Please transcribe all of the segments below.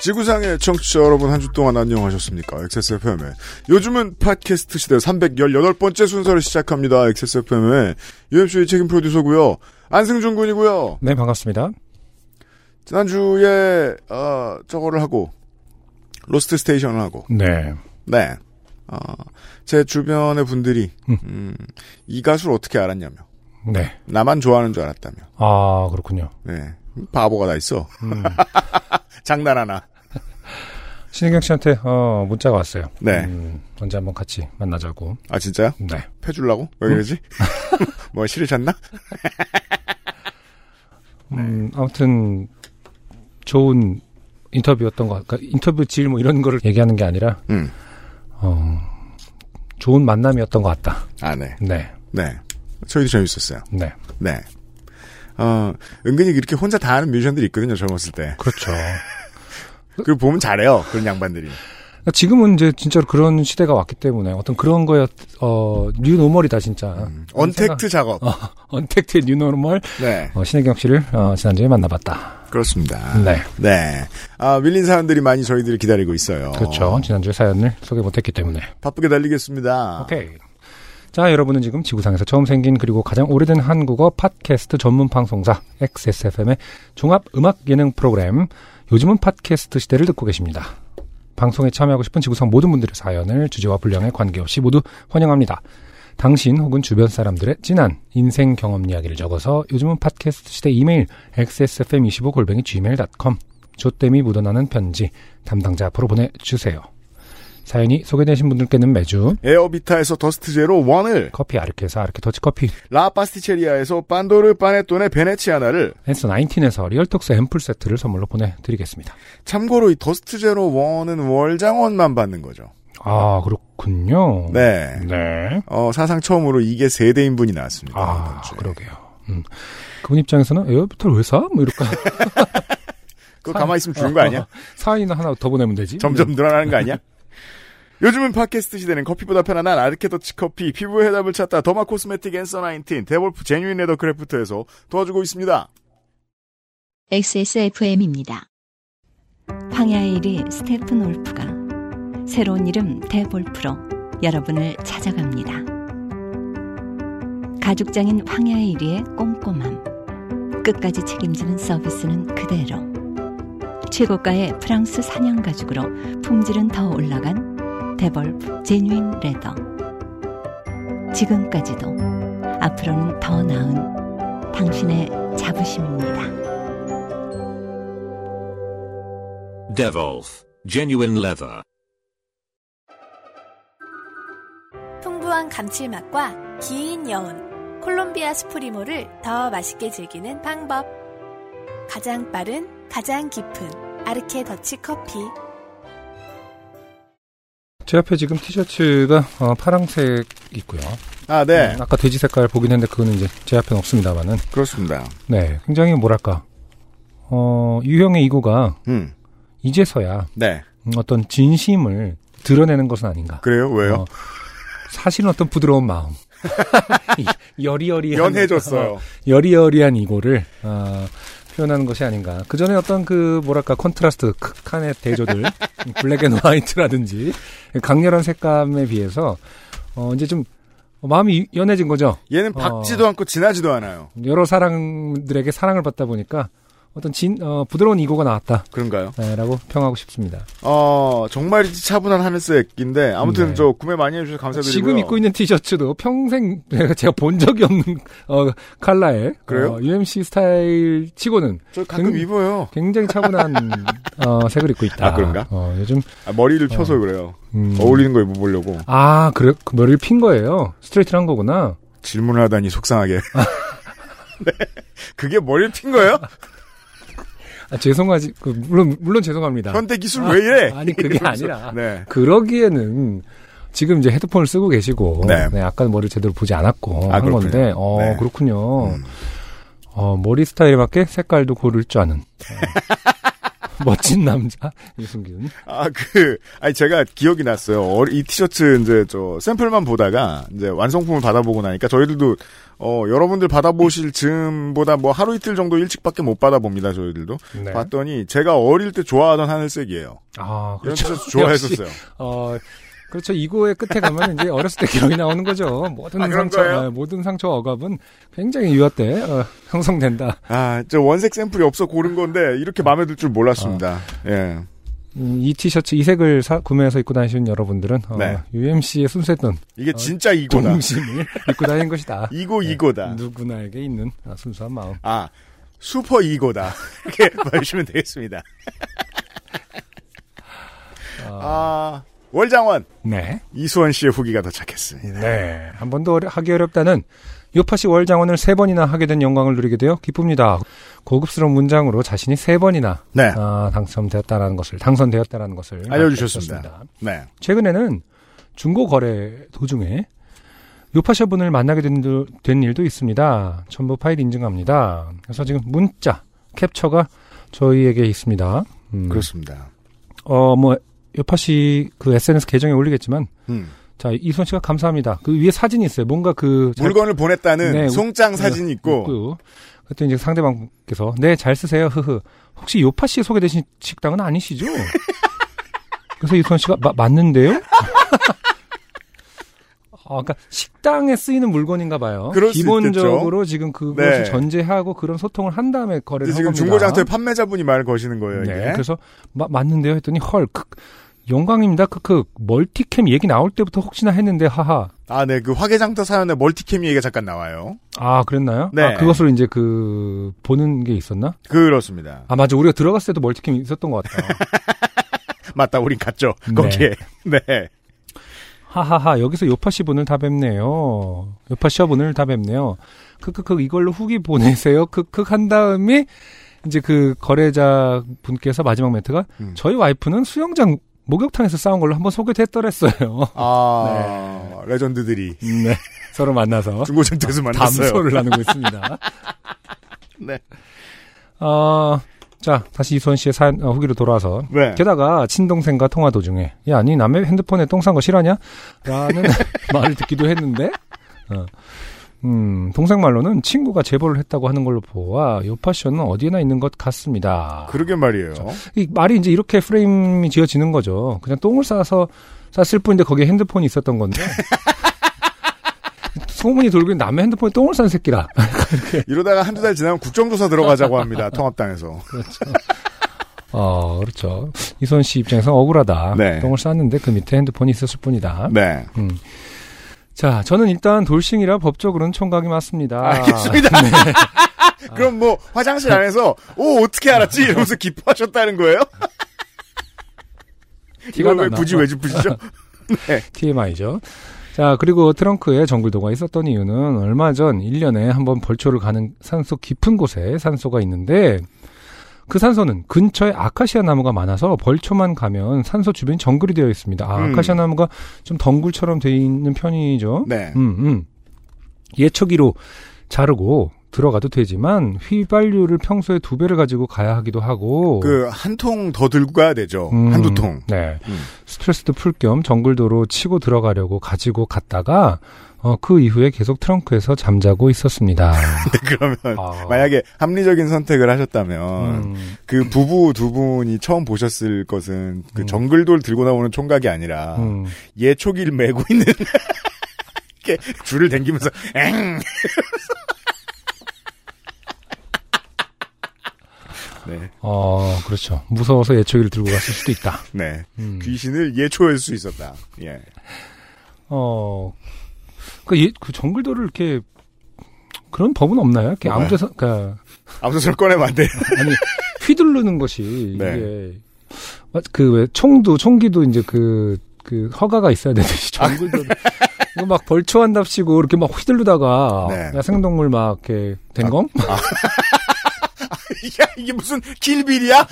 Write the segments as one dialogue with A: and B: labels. A: 지구상의 청취자 여러분 한 주 동안 안녕하셨습니까? XSFM의 요즘은 팟캐스트 시대 318번째 순서를 시작합니다. XSFM의 UMC의 책임 프로듀서고요. 안승준 군이고요.
B: 네, 반갑습니다.
A: 지난주에 어, 저거를 하고 로스트 스테이션을 하고
B: 네.
A: 네. 어, 제 주변의 분들이
B: 음.
A: 음, 이 가수를 어떻게 알았냐며
B: 네.
A: 나만 좋아하는 줄 알았다며
B: 아, 그렇군요.
A: 네. 바보가 다 있어.
B: 음.
A: 장난하나.
B: 신혜경 씨한테 어, 문자가 왔어요.
A: 네.
B: 음, 언제 한번 같이 만나자고.
A: 아 진짜요?
B: 네.
A: 패주려고? 왜 그러지? 뭐 싫으셨나?
B: 음, 아무튼 좋은 인터뷰였던 것 같아요. 인터뷰 질 뭐 이런 거를 얘기하는 게 아니라
A: 음.
B: 어, 좋은 만남이었던 것 같다.
A: 아 네.
B: 네.
A: 네. 저희도 재밌었어요.
B: 네.
A: 네. 어, 은근히 이렇게 혼자 다 하는 뮤지션들이 있거든요, 젊었을 때.
B: 그렇죠.
A: 그 보면 잘해요, 그런 양반들이.
B: 그러니까 지금은 이제 진짜로 그런 시대가 왔기 때문에 어떤 그런 거야 어, 뉴 노멀이다 진짜.
A: 음, 언택트
B: 어.
A: 작업.
B: 언택트의 뉴 노멀.
A: 네.
B: 어, 신혜경 씨를 어, 지난주에 만나봤다.
A: 그렇습니다.
B: 네.
A: 네. 아, 밀린 사람들이 많이 저희들을 기다리고 있어요.
B: 그렇죠. 지난주에 사연을 소개 못했기 때문에.
A: 바쁘게 달리겠습니다.
B: 오케이. 자, 여러분은 지금 지구상에서 처음 생긴 그리고 가장 오래된 한국어 팟캐스트 전문 방송사 XSFM의 종합 음악 예능 프로그램 요즘은 팟캐스트 시대를 듣고 계십니다. 방송에 참여하고 싶은 지구상 모든 분들의 사연을 주제와 분량에 관계없이 모두 환영합니다. 당신 혹은 주변 사람들의 진한 인생 경험 이야기를 적어서 요즘은 팟캐스트 시대 이메일 xsfm25골뱅이 gmail.com 조땜이 묻어나는 편지 담당자 앞으로 보내주세요. 사연이 소개되신 분들께는 매주
A: 에어비타에서 더스트 제로 원을
B: 커피 아르케에서 아르케 더치커피
A: 라파스티체리아에서 빤도르 빠네톤의 베네치아나를,
B: 앤서 19에서 리얼톡스 앰플 세트를 선물로 보내드리겠습니다.
A: 참고로 이 더스트 제로 원은 월장원만 받는 거죠.
B: 아 그렇군요.
A: 네.
B: 네.
A: 어, 사상 처음으로 이게 세대 인분이 나왔습니다.
B: 아
A: 이번 주에.
B: 그러게요. 음. 그분 입장에서는 에어비탈 왜 사? 뭐 이럴까? 어,
A: 그거 가만히 있으면 주는 거 아니야?
B: 사인을 하나 더 보내면 되지.
A: 점점 늘어나는 거 아니야? 요즘은 팟캐스트 시대는 커피보다 편안한 아르케더치 커피, 피부의 해답을 찾다 더마 코스메틱 앤서 19, 데볼프 제뉴인 레더 크래프트에서 도와주고 있습니다.
C: XSFM입니다.
D: 황야의 1위 스테픈 올프가 새로운 이름 대볼프로 여러분을 찾아갑니다. 가죽장인 황야의 1위의 꼼꼼함. 끝까지 책임지는 서비스는 그대로. 최고가의 프랑스 사냥 가죽으로 품질은 더 올라간 데볼프 제뉴인 레더. 지금까지도 앞으로는 더 나은 당신의 자부심입니다.
E: Devolf, genuine leather.
F: 풍부한 감칠맛과 긴 여운, 콜롬비아 스프리모를 더 맛있게 즐기는 방법. 가장 빠른, 가장 깊은 아르케 더치 커피.
B: 제 앞에 지금 티셔츠가 어, 파랑색 있고요.
A: 아, 네.
B: 음, 아까 돼지 색깔 보긴 했는데 그거는 이제 제 앞에는 없습니다만은.
A: 그렇습니다.
B: 네. 굉장히 뭐랄까. 어, 유형의 이고가
A: 음.
B: 이제서야
A: 네.
B: 음, 어떤 진심을 드러내는 것은 아닌가.
A: 그래요? 왜요?
B: 어, 사실은 어떤 부드러운 마음. 이 여리여리한.
A: 연해졌어요.
B: 어, 여리여리한 이고를, 어, 표현하는 것이 아닌가. 그 전에 어떤 그, 뭐랄까, 컨트라스트, 극한의 대조들, 블랙 앤 화이트라든지, 강렬한 색감에 비해서, 어, 이제 좀, 마음이 연해진 거죠.
A: 얘는
B: 어.
A: 박지도 않고 지나지도 않아요.
B: 여러 사람들에게 사랑을 받다 보니까, 어떤 진, 어, 부드러운 이고가 나왔다.
A: 그런가요?
B: 네, 라고 평하고 싶습니다.
A: 어, 정말이지 차분한 하늘색 인데 아무튼
B: 네.
A: 저 구매 많이 해주셔서 감사드리고요.
B: 지금 입고 있는 티셔츠도 평생 제가 본 적이 없는 어, 컬러에
A: 그래요?
B: 어, UMC 스타일 치고는
A: 저 가끔
B: 음.
A: 입어요.
B: 굉장히 차분한 어, 색을 입고 있다.
A: 아, 그런가?
B: 어, 요즘
A: 아, 머리를 펴서 그래요.
B: 음,
A: 어울리는 거 입어보려고.
B: 아 그래 그 머리를 핀 거예요. 스트레이트한 거구나.
A: 질문을 하다니 속상하게. 네. 그게 머리를 핀 거예요?
B: 아, 죄송하지 그, 물론 물론 죄송합니다.
A: 현대 기술 왜 이래?
B: 아니, 그게
A: 이러면서.
B: 아니라.
A: 네.
B: 그러기에는 지금 이제 헤드폰을 쓰고 계시고
A: 네.
B: 네, 아까는 머리를 제대로 보지 않았고
A: 아,
B: 한
A: 그렇군요.
B: 건데 어
A: 네.
B: 그렇군요.
A: 음.
B: 어, 머리 스타일에 맞게 색깔도 고를 줄 아는
A: 음.
B: 어, 멋진 남자 유승균.
A: 아, 그, 아니, 제가 기억이 났어요. 어리- 이 티셔츠, 이제, 저, 샘플만 보다가, 이제, 완성품을 받아보고 나니까, 저희들도, 어, 여러분들 받아보실 즈음보다 뭐, 하루 이틀 정도 일찍밖에 못 받아봅니다, 저희들도.
B: 네.
A: 봤더니, 제가 어릴 때 좋아하던 하늘색이에요.
B: 아
A: 이런
B: 그렇죠.
A: 티셔츠 좋아했었어요.
B: 어, 그렇죠. 이고의 끝에 가면 이제 어렸을 때 기억이 나오는 거죠. 모든
A: 아, 그런
B: 상처,
A: 거예요?
B: 어, 모든 상처 억압은 굉장히 유아 때 어, 형성된다.
A: 아, 저 원색 샘플이 없어 고른 건데, 이렇게 마음에 들 줄 몰랐습니다.
B: 아.
A: 예.
B: 음, 이 티셔츠 이 색을 사- 구매해서 입고 다니시는 여러분들은 어,
A: 네.
B: UMC의 순수했던
A: 이게 진짜 이거다.
B: 아, 동심을 입고 다니는 것이다.
A: 이거,
B: 네.
A: 이거다.
B: 누구나에게 있는 아, 순수한 마음.
A: 아, 슈퍼 이거다. 이렇게 말하시면 되겠습니다. 아, 월장원.
B: 네,
A: 이수원 씨의 후기가 도착했습니다.
B: 네. 한 번도 어려- 하기 어렵다는 요파시 월장원을 세 번이나 하게 된 영광을 누리게 되어 기쁩니다. 고급스러운 문장으로 자신이 세 번이나
A: 네.
B: 아, 당첨되었다라는 것을 당선되었다라는 것을
A: 알려주셨습니다.
B: 밝혔습니다.
A: 네.
B: 최근에는 중고 거래 도중에 요파셔분을 만나게 된, 일- 된 일도 있습니다. 전부 파일 인증합니다. 그래서 지금 문자 캡처가 저희에게 있습니다. 음.
A: 그렇습니다.
B: 어, 뭐 요파시 그 SNS 계정에 올리겠지만
A: 음.
B: 자 이선 씨가 감사합니다. 그 위에 사진이 있어요. 뭔가 그 잘-
A: 물건을 보냈다는
B: 네,
A: 송장
B: 우-
A: 사진이 있고,
B: 있고요. 그때 이제 상대방께서 네 잘 쓰세요. 흐흐. 혹시 요파 씨 소개되신 식당은 아니시죠? 그래서 이선 씨가 마- 맞는데요? 아, 그러니까 식당에 쓰이는 물건인가 봐요.
A: 그럴 수
B: 기본적으로 지금 그것을
A: 네.
B: 전제하고 그런 소통을 한 다음에 거래를
A: 근데
B: 한
A: 지금
B: 겁니다.
A: 중고장터에 판매자분이 말 거시는 거예요. 이게.
B: 네, 그래서 마- 맞는데요 했더니 헐 크, 영광입니다. 크크 멀티캠 얘기 나올 때부터 혹시나 했는데 하하.
A: 아, 네, 그 화개장터 사연에 멀티캠 얘기가 잠깐 나와요.
B: 아 그랬나요?
A: 네.
B: 아, 그것을 이제 그 보는 게 있었나?
A: 그렇습니다.
B: 아 맞아 우리가 들어갔을 때도 멀티캠 있었던 것 같다.
A: 맞다, 우린 갔죠.
B: 네.
A: 거기에. 네.
B: 하하하 여기서 요파시 분을 다 뵙네요. 요파시 분을 다 뵙네요. 크크크 이걸로 후기 보내세요. 크크 한 다음에 이제 그 거래자 분께서 마지막 멘트가
A: 음.
B: 저희 와이프는 수영장 목욕탕에서 싸운 걸로 한번 소개됐더랬어요.
A: 아, 레전드들이
B: 네 서로 만나서
A: 중고장터에서 만났어요.
B: 아, 담소를 나누고 있습니다.
A: 네.
B: 어, 자 다시 이수원 씨의 사연 어, 후기로 돌아와서
A: 네.
B: 게다가 친동생과 통화 도중에 야, 니 남의 핸드폰에 똥 싼 거 싫어하냐? 라는 말을 듣기도 했는데 어. 음, 동생 말로는 친구가 제보를 했다고 하는 걸로 보아 요파션은 어디에나 있는 것 같습니다.
A: 그러게 말이에요.
B: 이 말이 이제 이렇게 프레임이 지어지는 거죠. 그냥 똥을 싸서 쌌을 뿐인데 거기에 핸드폰이 있었던 건데 소문이 돌고 있는 남의 핸드폰에 똥을 싼 새끼라.
A: 이러다가 한두 달 지나면 국정조사 들어가자고 합니다. 통합당에서.
B: 어, 그렇죠. 이선 씨 입장에서 억울하다.
A: 네.
B: 똥을 쌌는데 그 밑에 핸드폰이 있었을 뿐이다.
A: 네.
B: 자, 저는 일단 돌싱이라 법적으로는 총각이 맞습니다. 네,
A: 알겠습니다. 그럼 뭐 화장실 안에서 오 어떻게 알았지 이러면서 기뻐하셨다는 거예요?
B: 티가
A: 이걸 왜
B: 나나?
A: 굳이 왜 짚으시죠?
B: TMI죠. 자, 그리고 트렁크에 정글도가 있었던 이유는 얼마 전 1년에 한번 벌초를 가는 산소 깊은 곳에 산소가 있는데 그 산소는 근처에 아카시아 나무가 많아서 벌초만 가면 산소 주변이 정글이 되어 있습니다. 아,
A: 음.
B: 아카시아 나무가 좀 덩굴처럼 되어 있는 편이죠.
A: 네.
B: 음, 음. 예초기로 자르고 들어가도 되지만 휘발유를 평소에 두 배를 가지고 가야 하기도 하고
A: 그 한 통 더 들고 가야 되죠.
B: 음,
A: 한두 통.
B: 네.
A: 음.
B: 스트레스도 풀 겸 정글도로 치고 들어가려고 가지고 갔다가 어, 그 이후에 계속 트렁크에서 잠자고 있었습니다.
A: 그러면
B: 아.
A: 만약에 합리적인 선택을 하셨다면
B: 음,
A: 그 부부 두 분이 처음 보셨을 것은 그
B: 음.
A: 정글돌 들고 나오는 총각이 아니라
B: 음.
A: 예초기를 메고 있는 이렇게 줄을 당기면서 엥. 네,
B: 어, 그렇죠. 무서워서 예초기를 들고 갔을 수도 있다.
A: 네.
B: 음.
A: 귀신을 예초할 수 있었다. 예.
B: 어, 그, 예, 그 정글도를 이렇게 그런 법은 없나요? 이렇게
A: 뭐가요?
B: 아무데서 그러니까
A: 아무튼 설 꺼내면 안 돼요.
B: 아니 휘두르는 것이
A: 네.
B: 이게 그 왜 총도 총기도 이제 그 그 허가가 있어야 되듯이
A: 아,
B: 정글도 이거 막 벌초한답시고 이렇게 막 휘둘르다가
A: 네.
B: 야생동물 막 이렇게 된검
A: 야, 이게 무슨 길빌이야?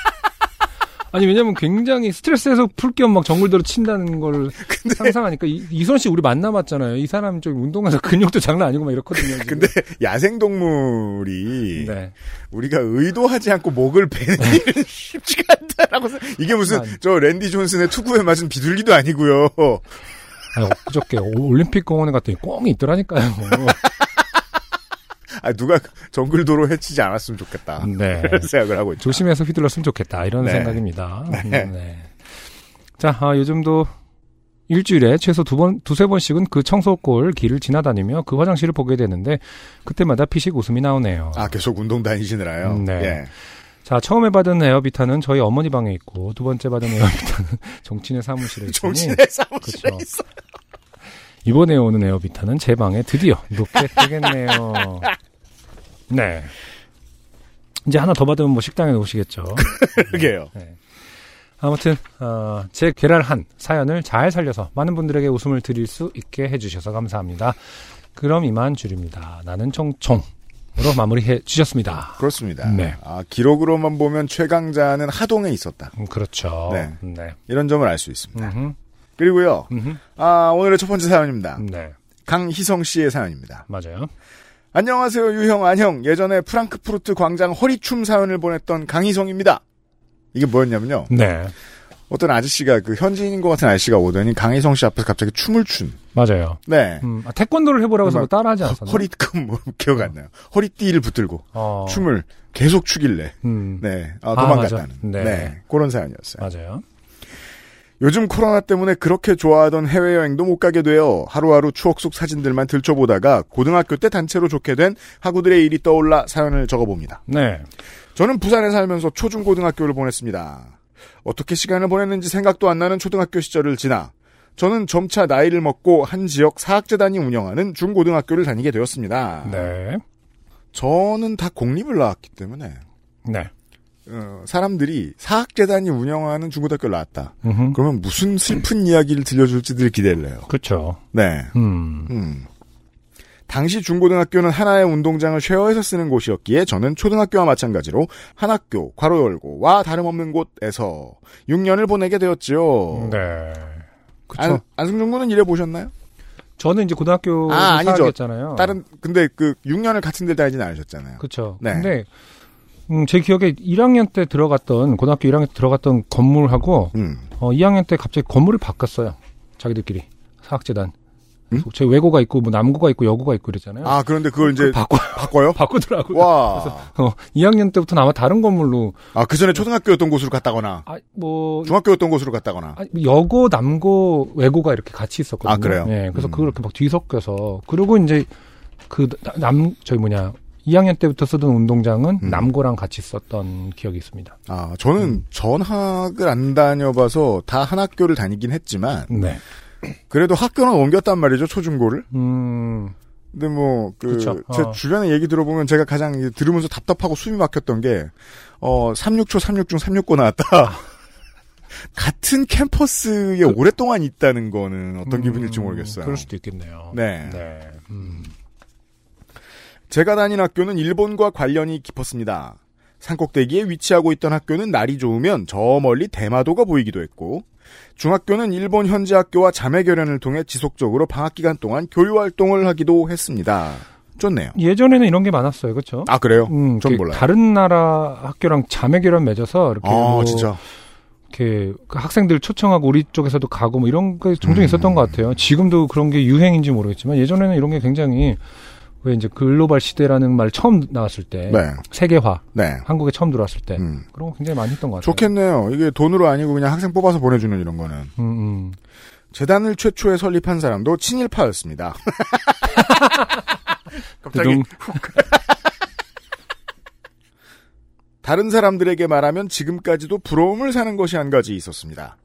B: 아니 왜냐면 굉장히 스트레스에서 풀 겸 막 정글대로 친다는 걸 상상하니까 이, 이선 씨 우리 만나봤잖아요. 이 사람 좀 운동해서 근육도 장난 아니고 막 이렇거든요. 지금.
A: 근데 야생동물이
B: 네.
A: 우리가 의도하지 않고 목을 베는 일은 쉽지가 않다라고 생각- 이게 무슨
B: 아니.
A: 저 랜디 존슨의 투구에 맞은 비둘기도 아니고요.
B: 아니, 엊그저께 오- 올림픽 공원에 갔더니 꽁이 있더라니까요.
A: 아 누가 정글 도로 해치지 않았으면 좋겠다.
B: 네.
A: 그런 생각을 하고 있죠.
B: 조심해서 휘둘렀으면 좋겠다 이런
A: 네.
B: 생각입니다.
A: 네.
B: 음, 네. 자 아, 요즘도 일주일에 최소 두 번, 두세 번씩은 그 청소골 길을 지나다니며 그 화장실을 보게 되는데 그때마다 피식 웃음이 나오네요.
A: 아 계속 운동 다니시느라요.
B: 음, 네.
A: 예.
B: 자 처음에 받은 에어비타는 저희 어머니 방에 있고 두 번째 받은 에어비타는 정치네 사무실에 있고
A: 정신의 사무실에
B: 그렇죠.
A: 있어.
B: 이번에 오는 에어비타는 제 방에 드디어 놓게 되겠네요. 네. 이제 하나 더 받으면 뭐 식당에 놓으시겠죠.
A: 그게요.
B: 네. 아무튼 어, 제 괴랄한 사연을 잘 살려서 많은 분들에게 웃음을 드릴 수 있게 해주셔서 감사합니다. 그럼 이만 줄입니다. 나는 총총으로 마무리해 주셨습니다.
A: 그렇습니다.
B: 네.
A: 아 기록으로만 보면 최강자는 하동에 있었다.
B: 음, 그렇죠.
A: 네.
B: 네.
A: 이런 점을 알 수 있습니다.
B: 음흠,
A: 그리고요.
B: 음흠.
A: 아 오늘의 첫 번째 사연입니다.
B: 네.
A: 강희성 씨의 사연입니다.
B: 맞아요.
A: 안녕하세요, 유형, 안형. 예전에 프랑크푸르트 광장 허리춤 사연을 보냈던 강희성입니다. 이게 뭐였냐면요.
B: 네.
A: 어떤 아저씨가, 그 현지인인 것 같은 아저씨가 오더니 강희성 씨 앞에서 갑자기 춤을 춘.
B: 맞아요.
A: 네.
B: 음, 아, 태권도를 해보라고 해서
A: 음악-
B: 따라하지 않았었나?
A: 허리금, 뭐, 기억 안 나요. 허리띠를 붙들고
B: 어,
A: 춤을 계속 추길래.
B: 음,
A: 네. 아,
B: 아,
A: 도망갔다는.
B: 맞아. 네.
A: 그런 사연이었어요.
B: 맞아요.
A: 요즘 코로나 때문에 그렇게 좋아하던 해외여행도 못 가게 돼요. 하루하루 추억 속 사진들만 들춰보다가 고등학교 때 단체로 좋게 된 학우들의 일이 떠올라 사연을 적어봅니다.
B: 네.
A: 저는 부산에 살면서 초중고등학교를 보냈습니다. 어떻게 시간을 보냈는지 생각도 안 나는 초등학교 시절을 지나 저는 점차 나이를 먹고 한 지역 사학재단이 운영하는 중고등학교를 다니게 되었습니다.
B: 네.
A: 저는 다 공립을 나왔기 때문에
B: 네.
A: 어, 사람들이 사학재단이 운영하는 중고등학교를 나왔다.
B: 음흠.
A: 그러면 무슨 슬픈 이야기를 들려줄지들 기대를 해요.
B: 그렇죠.
A: 네.
B: 음.
A: 음. 당시 중고등학교는 하나의 운동장을 쉐어해서 쓰는 곳이었기에 저는 초등학교와 마찬가지로 한 학교, 괄호 열고, 와 다름없는 곳에서 6년을 보내게 되었지요.
B: 네.
A: 안,
B: 그렇죠.
A: 안승준 군은 일해 보셨나요?
B: 저는 이제 고등학교
A: 아, 아니죠.
B: 사학이었잖아요.
A: 다른, 근데 그 6년을 같은 데 다니진 않으셨잖아요.
B: 그렇죠.
A: 네.
B: 근데 음, 제 기억에 1학년 때 들어갔던 고등학교 1학년 때 들어갔던 건물하고
A: 음.
B: 어, 2학년 때 갑자기 건물을 바꿨어요. 자기들끼리 사학재단.
A: 음?
B: 제 외고가 있고 뭐 남고가 있고 여고가 있고 이랬잖아요.
A: 아, 그런데 그걸 이제
B: 네. 바꿔 그-
A: 바꿔요?
B: 바꾸더라고요.
A: 와.
B: 어, 2학년 때부터는 아마 다른 건물로
A: 아, 그 전에 초등학교였던 곳으로 갔다거나,
B: 아, 뭐
A: 중학교였던 곳으로 갔다거나.
B: 아니, 여고, 남고, 외고가 이렇게 같이 있었거든요.
A: 아, 그래요?
B: 예, 그래서
A: 음.
B: 그걸 이렇게 막 뒤섞여서. 그리고 이제 그 나- 남, 저희 뭐냐, 2학년 때부터 쓰던 운동장은
A: 음.
B: 남고랑 같이 썼던 기억이 있습니다.
A: 아, 저는
B: 음.
A: 전학을 안 다녀봐서 다 한 학교를 다니긴 했지만,
B: 네.
A: 그래도 학교는 옮겼단 말이죠, 초중고를.
B: 음,
A: 근데 뭐, 그,
B: 그쵸.
A: 제
B: 어.
A: 주변에 얘기 들어보면 제가 가장 이제 들으면서 답답하고 숨이 막혔던 게, 어, 36초, 36중, 36고 나왔다. 같은 캠퍼스에 오랫동안 있다는 거는 어떤 기분일지
B: 그 음,
A: 모르겠어요.
B: 그럴 수도 있겠네요.
A: 네.
B: 네. 음.
A: 제가 다닌 학교는 일본과 관련이 깊었습니다. 산꼭대기에 위치하고 있던 학교는 날이 좋으면 저 멀리 대마도가 보이기도 했고, 중학교는 일본 현지 학교와 자매결연을 통해 지속적으로 방학 기간 동안 교류 활동을 하기도 했습니다. 좋네요.
B: 예전에는 이런 게 많았어요. 그렇죠
A: 아, 그래요?
B: 음,
A: 전
B: 이렇게
A: 몰라요.
B: 다른 나라 학교랑 자매 결연 맺어서 이렇게
A: 아,
B: 뭐
A: 진짜.
B: 이렇게 그 학생들 초청하고 우리 쪽에서도 가고 뭐 이런 게 종종
A: 음.
B: 있었던 것 같아요. 지금도 그런 게 유행인지 모르겠지만 예전에는 이런 게 굉장히 왜 이제 글로벌 시대라는 말 처음 나왔을 때
A: 네.
B: 세계화
A: 네.
B: 한국에 처음 들어왔을 때
A: 음.
B: 그런 거 굉장히 많이 했던 것 같아요.
A: 좋겠네요. 이게 돈으로 아니고 그냥 학생 뽑아서 보내주는 이런 거는.
B: 음, 음.
A: 재단을 최초에 설립한 사람도 친일파였습니다. 갑자기
B: 그동-
A: 다른 사람들에게 말하면 지금까지도 부러움을 사는 것이 한 가지 있었습니다.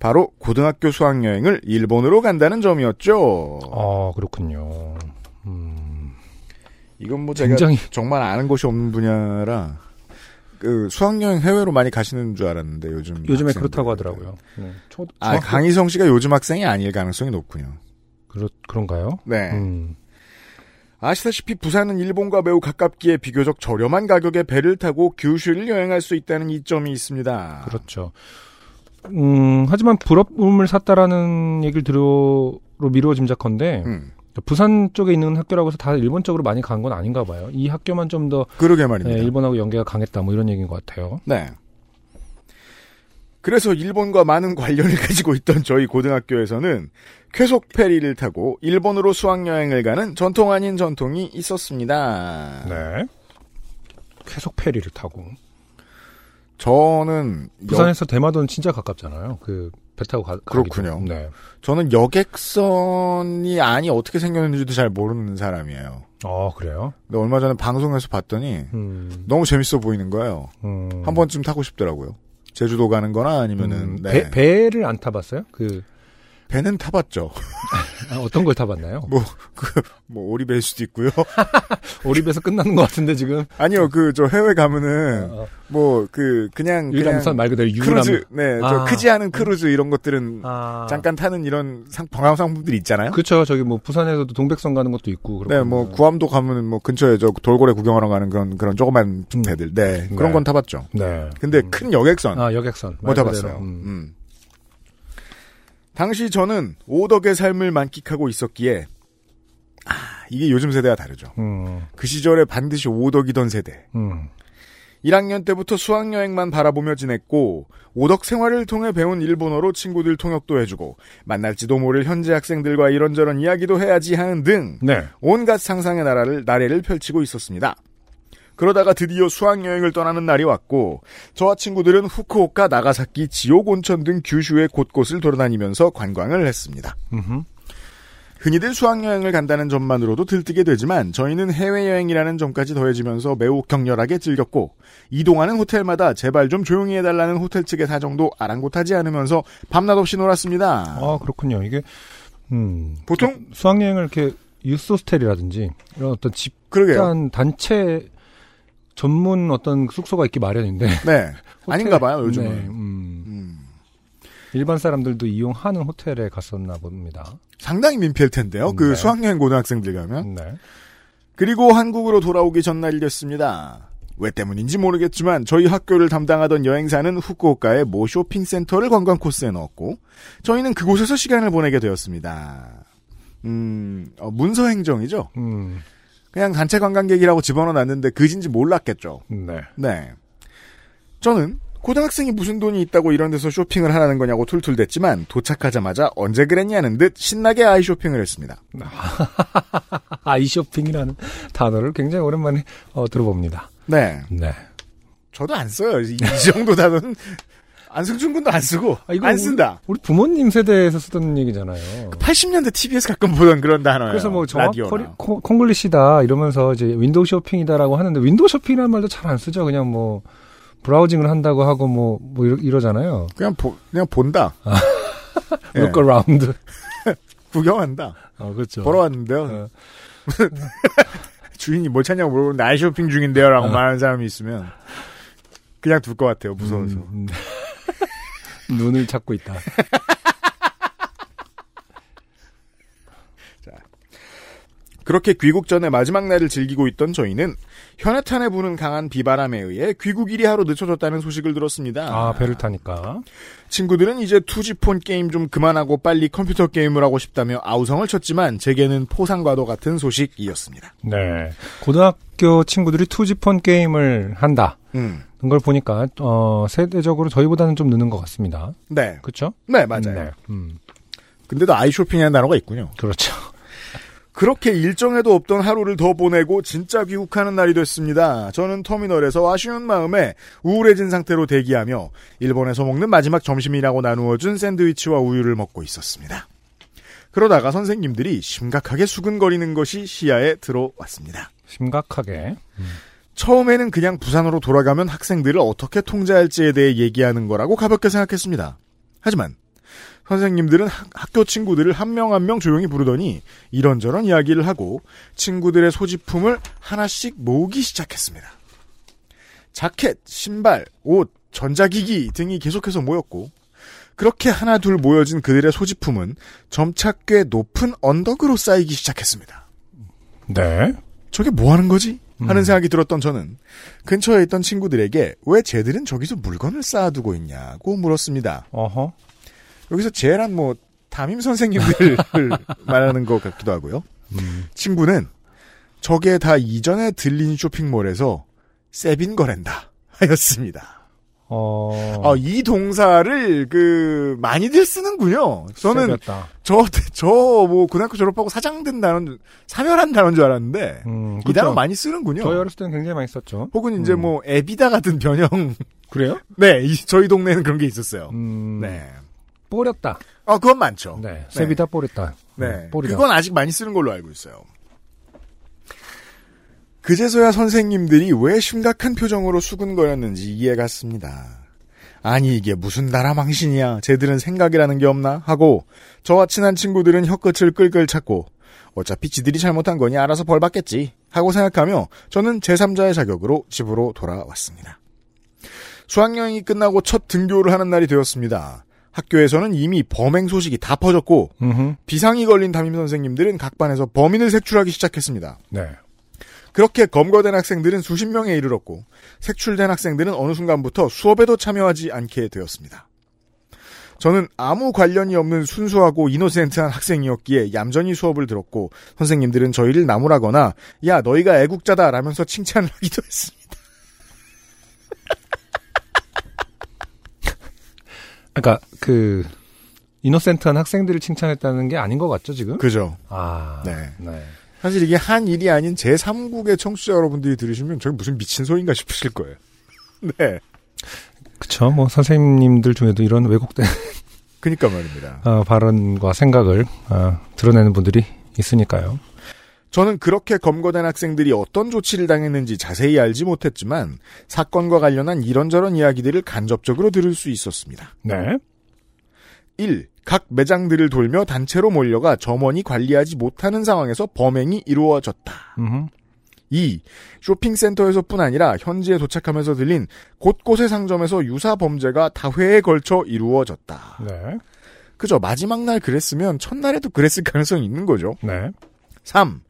A: 바로 고등학교 수학여행을 일본으로 간다는 점이었죠.
B: 아 그렇군요. 음.
A: 이건 뭐 제가
B: 굉장히
A: 정말 아는 것이 없는 분야라 그 수학여행 해외로 많이 가시는 줄 알았는데 요즘
B: 요즘에
A: 학생들.
B: 그렇다고 하더라고요. 네. 초,
A: 아
B: 중학교-
A: 강희성 씨가 요즘 학생이 아닐 가능성이 높군요.
B: 네. 음. 그렇 그런가요?
A: 네.
B: 음.
A: 아시다시피 부산은 일본과 매우 가깝기에 비교적 저렴한 가격에 배를 타고 규슈를 여행할 수 있다는 이점이 있습니다.
B: 그렇죠. 음, 하지만 불업음을 샀다라는 얘기를 들어로 미루어 짐작컨대
A: 음,
B: 부산 쪽에 있는 학교라고 해서 다 일본 쪽으로 많이 간 건 아닌가 봐요. 이 학교만 좀 더 네,
A: 그러게 말입니다.
B: 일본하고 연계가 강했다 뭐 이런 얘기인 것 같아요.
A: 네. 그래서 일본과 많은 관련을 가지고 있던 저희 고등학교에서는 쾌속 페리를 타고 일본으로 수학여행을 가는 전통 아닌 전통이 있었습니다.
B: 네. 계속 페리를 타고
A: 저는 여,
B: 부산에서 대마도는 진짜 가깝잖아요. 그 배 타고 가 가기도.
A: 그렇군요.
B: 네.
A: 저는 여객선이 아니 어떻게 생겼는지도 잘 모르는 사람이에요.
B: 아 그래요.
A: 근데 얼마 전에 방송에서 봤더니
B: 음,
A: 너무 재밌어 보이는 거예요.
B: 음.
A: 한 번쯤 타고 싶더라고요. 제주도 가는 거나 아니면은
B: 음,
A: 네.
B: 배, 배를 안 타봤어요? 그
A: 배는 타봤죠.
B: 아, 어떤 걸 타봤나요?
A: 뭐 오리배일 수도 있고요.
B: 오리배에서 끝나는 것 같은데 지금
A: 아니요, 그 저 해외 가면은
B: 어,
A: 뭐 그 그냥
B: 유람선
A: 그냥
B: 말 그대로 유람.
A: 크루즈 네,
B: 아.
A: 저 크지 않은 크루즈 이런 것들은
B: 아.
A: 잠깐 타는 이런 상 방황 상품들 있잖아요.
B: 그렇죠. 저기 뭐 부산에서도 동백선 가는 것도 있고 그렇고.
A: 네, 뭐 구암도 가면은 뭐 근처에 저 돌고래 구경하러 가는 그런 그런 조그만
B: 음.
A: 배들. 네,
B: 네.
A: 그런 건 타봤죠.
B: 네.
A: 근데
B: 음.
A: 큰 여객선
B: 아 여객선
A: 못
B: 말 그대로.
A: 뭐 타봤어요.
B: 음.
A: 음. 당시 저는 오덕의 삶을 만끽하고 있었기에 아, 이게 요즘 세대와 다르죠.
B: 음.
A: 그 시절에 반드시 오덕이던 세대.
B: 음.
A: 1학년 때부터 수학여행만 바라보며 지냈고, 오덕 생활을 통해 배운 일본어로 친구들 통역도 해주고, 만날지도 모를 현지 학생들과 이런저런 이야기도 해야지 하는 등,
B: 네.
A: 온갖 상상의 나라를, 나래를 펼치고 있었습니다. 그러다가 드디어 수학여행을 떠나는 날이 왔고, 저와 친구들은 후쿠오카, 나가사키, 지옥 온천 등 규슈의 곳곳을 돌아다니면서 관광을 했습니다.
B: 음흠.
A: 흔히들 수학여행을 간다는 점만으로도 들뜨게 되지만 저희는 해외여행이라는 점까지 더해지면서 매우 격렬하게 즐겼고 이동하는 호텔마다 제발 좀 조용히 해달라는 호텔 측의 사정도 아랑곳하지 않으면서 밤낮없이 놀았습니다.
B: 아 그렇군요. 이게 음.
A: 보통
B: 수학여행을 이렇게 유스호스텔이라든지 이런 어떤 집단
A: 그러게요.
B: 단체 전문 어떤 숙소가 있기 마련인데
A: 네. 아닌가 봐요, 요즘은.
B: 네, 음.
A: 음,
B: 일반 사람들도 이용하는 호텔에 갔었나 봅니다.
A: 상당히 민폐일 텐데요. 그
B: 네.
A: 수학여행 고등학생들 가면.
B: 네.
A: 그리고 한국으로 돌아오기 전날이었습니다. 왜 때문인지 모르겠지만 저희 학교를 담당하던 여행사는 후쿠오카의 모 쇼핑센터를 관광 코스에 넣었고 저희는 그곳에서 시간을 보내게 되었습니다. 음, 어, 문서 행정이죠.
B: 음.
A: 그냥 단체 관광객이라고 집어넣어 놨는데 그진지 몰랐겠죠.
B: 네.
A: 네. 저는 고등학생이 무슨 돈이 있다고 이런 데서 쇼핑을 하라는 거냐고 툴툴댔지만 도착하자마자 언제 그랬냐는 듯 신나게 아이 쇼핑을 했습니다.
B: 아이쇼핑이라는 단어를 굉장히 오랜만에 어, 들어봅니다.
A: 네.
B: 네.
A: 저도 안 써요. 이, 이 정도 단어는 안승준 군도 안 쓰고
B: 아, 이거
A: 안 쓴다.
B: 우리 부모님 세대에서 쓰던 얘기잖아요.
A: 80년대 TV에서 가끔 보던 그런 단어예요.
B: 그래서 뭐 정확
A: 라디오나.
B: 커리- 콩- 콩글리시다 이러면서 이제 윈도우 쇼핑이다라고 하는데 윈도우 쇼핑이라는 말도 잘 안 쓰죠. 그냥 뭐 브라우징을 한다고 하고 뭐, 뭐 이러, 잖아요
A: 그냥 보, 그냥 본다.
B: 아.
A: 예,
B: Look around.
A: 구경한다.
B: 어, 그렇죠.
A: 보러 왔는데요.
B: 어,
A: 주인이 뭘 찾냐고 물어보면 나이 쇼핑 중인데요라고 말하는 사람이 있으면 그냥 둘 것 같아요. 무서워서.
B: 음, 음. 눈을 찾고 있다.
A: 그렇게 귀국 전에 마지막 날을 즐기고 있던 저희는 현해탄에 부는 강한 비바람에 의해 귀국일이 하루 늦춰졌다는 소식을 들었습니다.
B: 아 배를 타니까.
A: 친구들은 이제 투지폰 게임 좀 그만하고 빨리 컴퓨터 게임을 하고 싶다며 아우성을 쳤지만 제게는 포상과도 같은 소식이었습니다.
B: 네. 고등학교 친구들이 투지폰 게임을 한다.
A: 음.
B: 걸 보니까 어 세대적으로 저희보다는 좀 느는 것 같습니다.
A: 네.
B: 그렇죠?
A: 네, 맞아요.
B: 네. 음.
A: 근데도 아이쇼핑이라는 단어가 있군요.
B: 그렇죠.
A: 그렇게 일정에도 없던 하루를 더 보내고 진짜 귀국하는 날이 됐습니다. 저는 터미널에서 아쉬운 마음에 우울해진 상태로 대기하며 일본에서 먹는 마지막 점심이라고 나누어준 샌드위치와 우유를 먹고 있었습니다. 그러다가 선생님들이 심각하게 수근거리는 것이 시야에 들어왔습니다.
B: 심각하게.
A: 처음에는 그냥 부산으로 돌아가면 학생들을 어떻게 통제할지에 대해 얘기하는 거라고 가볍게 생각했습니다. 하지만 선생님들은 학- 학교 친구들을 한 명 한 명 조용히 부르더니 이런저런 이야기를 하고 친구들의 소지품을 하나씩 모으기 시작했습니다. 자켓, 신발, 옷, 전자기기 등이 계속해서 모였고 그렇게 하나 둘 모여진 그들의 소지품은 점차 꽤 높은 언덕으로 쌓이기 시작했습니다.
B: 네.
A: 저게 뭐 하는 거지? 하는
B: 음.
A: 생각이 들었던 저는 근처에 있던 친구들에게 왜 쟤들은 저기서 물건을 쌓아두고 있냐고 물었습니다.
B: 어허.
A: 여기서 쟤란 뭐 담임 선생님들을 말하는 것 같기도 하고요.
B: 음.
A: 친구는 저게 다 이전에 들린 쇼핑몰에서 세빈 거랜다 하였습니다.
B: 어.
A: 아, 이 동사를 그 많이들 쓰는군요. 저는
B: 세렸다.
A: 저저뭐 고등학교 졸업하고 사장된다는 사멸한다는 줄 알았는데
B: 음,
A: 이
B: 그쵸.
A: 단어 많이 쓰는군요.
B: 저희 어렸을 때는 굉장히 많이 썼죠.
A: 혹은 이제
B: 음.
A: 뭐 에비다 같은 변형.
B: 그래요?
A: 네, 이- 저희 동네에는 그런 게 있었어요.
B: 음.
A: 네.
B: 뿌렸다.
A: 아, 그건 많죠.
B: 네. 세비다 뿌렸다. 음,
A: 네.
B: 뿌리다.
A: 그건 아직 많이 쓰는 걸로 알고 있어요. 그제서야 선생님들이 왜 심각한 표정으로 수근거렸는지 이해갔습니다. 아니 이게 무슨 나라 망신이야. 쟤들은 생각이라는 게 없나 하고 저와 친한 친구들은 혀끝을 끌끌 찾고 어차피 지들이 잘못한 거니 알아서 벌 받겠지 하고 생각하며 저는 제3자의 자격으로 집으로 돌아왔습니다. 수학여행이 끝나고 첫 등교를 하는 날이 되었습니다. 학교에서는 이미 범행 소식이 다 퍼졌고
B: 음흠.
A: 비상이 걸린 담임 선생님들은 각 반에서 범인을 색출하기 시작했습니다.
B: 네.
A: 그렇게 검거된 학생들은 수십 명에 이르렀고 색출된 학생들은 어느 순간부터 수업에도 참여하지 않게 되었습니다. 저는 아무 관련이 없는 순수하고 이노센트한 학생이었기에 얌전히 수업을 들었고 선생님들은 저희를 나무라거나 야 너희가 애국자다 라면서 칭찬을 하기도 했습니다.
B: 그러니까 그 이노센트한 학생들을 칭찬했다는 게 아닌 것 같죠 지금?
A: 그죠.
B: 아.
A: 네.
B: 네.
A: 사실 이게 한 일이 아닌 제3국의 청취자 여러분들이 들으시면 저게 무슨 미친 소린가 싶으실 거예요. 네.
B: 그쵸. 뭐 선생님들 중에도 이런 왜곡된
A: 그니까 말입니다.
B: 어, 발언과 생각을 어, 드러내는 분들이 있으니까요.
A: 저는 그렇게 검거된 학생들이 어떤 조치를 당했는지 자세히 알지 못했지만 사건과 관련한 이런저런 이야기들을 간접적으로 들을 수 있었습니다.
B: 네.
A: 1. 각 매장들을 돌며 단체로 몰려가 점원이 관리하지 못하는 상황에서 범행이 이루어졌다.
B: 음.
A: 2. 쇼핑센터에서뿐 아니라 현지에 도착하면서 들린 곳곳의 상점에서 유사 범죄가 다회에 걸쳐 이루어졌다.
B: 네.
A: 그저 마지막 날 그랬으면 첫날에도 그랬을 가능성이 있는 거죠.
B: 네.
A: 3.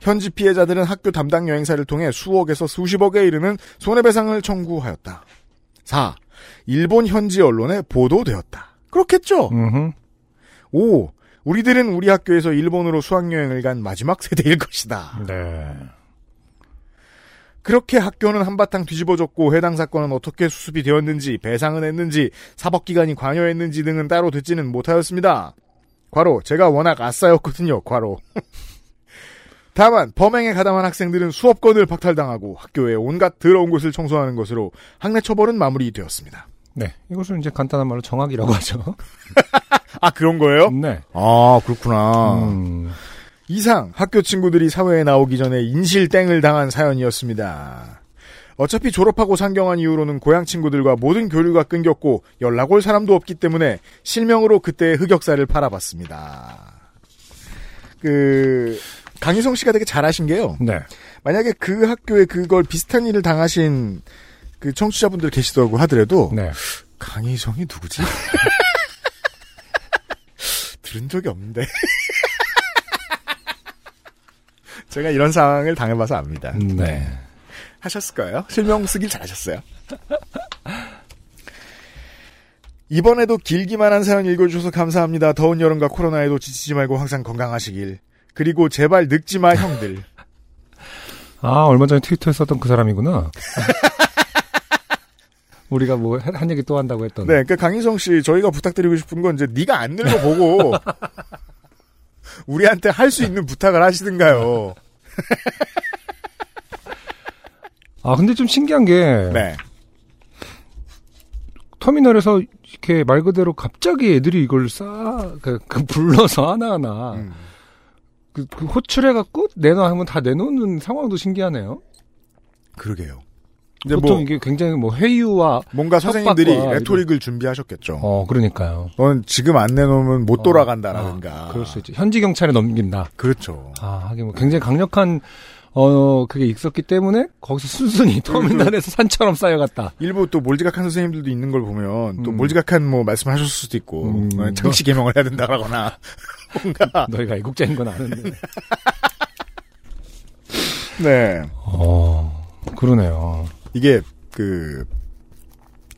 A: 현지 피해자들은 학교 담당 여행사를 통해 수억에서 수십억에 이르는 손해배상을 청구하였다. 4. 일본 현지 언론에 보도되었다. 그렇겠죠?
B: 음.
A: 5. 우리들은 우리 학교에서 일본으로 수학여행을 간 마지막 세대일 것이다.
B: 네.
A: 그렇게 학교는 한바탕 뒤집어졌고 해당 사건은 어떻게 수습이 되었는지 배상은 했는지 사법기관이 관여했는지 등은 따로 듣지는 못하였습니다. 과로 제가 워낙 아싸였거든요. 과로. 다만 범행에 가담한 학생들은 수업권을 박탈당하고 학교에 온갖 더러운 곳을 청소하는 것으로 학내 처벌은 마무리되었습니다.
B: 네. 이것은 이제 간단한 말로 정학이라고 하죠.
A: 어? 아 그런 거예요?
B: 네.
A: 아 그렇구나.
B: 음.
A: 이상 학교 친구들이 사회에 나오기 전에 인실땡을 당한 사연이었습니다. 어차피 졸업하고 상경한 이후로는 고향 친구들과 모든 교류가 끊겼고 연락 올 사람도 없기 때문에 실명으로 그때의 흑역사를 팔아봤습니다. 그 강희성 씨가 되게 잘하신 게요.
B: 네.
A: 만약에 그 학교에 그걸 비슷한 일을 당하신 그 청취자분들 계시다고 하더라도
B: 네.
A: 강희성이 누구지? 들은 적이 없는데. 제가 이런 상황을 당해봐서 압니다.
B: 네.
A: 하셨을 거예요. 실명 쓰길 잘하셨어요. 이번에도 길기만 한 사연 읽어주셔서 감사합니다. 더운 여름과 코로나에도 지치지 말고 항상 건강하시길. 그리고 제발 늙지 마, 형들.
B: 아, 얼마 전에 트위터에 썼던 그 사람이구나. 우리가 뭐 한 얘기 또 한다고 했던.
A: 네, 그러니까 강희성 씨 저희가 부탁드리고 싶은 건 이제 네가 안 늙어보고 우리한테 할 수 있는 부탁을 하시든가요.
B: 아, 근데 좀 신기한 게
A: 네.
B: 터미널에서 이렇게 말 그대로 갑자기 애들이 이걸 싸, 그, 그 불러서 하나하나
A: 음.
B: 그, 그 호출해갖고 내놔 하면 다 내놓는 상황도 신기하네요.
A: 그러게요. 이제
B: 보통
A: 뭐
B: 이게 굉장히 뭐 회유와
A: 뭔가 선생님들이
B: 협박과
A: 레토릭을 준비하셨겠죠.
B: 어 그러니까요.
A: 넌 지금 안 내놓으면 못
B: 어,
A: 돌아간다라든가.
B: 아, 그럴 수 있지. 현지 경찰에 넘긴다.
A: 그렇죠.
B: 아 하긴 뭐 굉장히 강력한 어 그게 있었기 때문에 거기서 순순히 터미널에서 산처럼 쌓여갔다.
A: 일부 또 몰지각한 선생님들도 있는 걸 보면 또
B: 음.
A: 몰지각한 뭐 말씀하셨을 수도 있고
B: 음.
A: 어, 장시 개명을 해야 된다라거나 뭔가
B: 너희가 애국자인 건 아는데.
A: 네.
B: 어, 그러네요.
A: 이게 그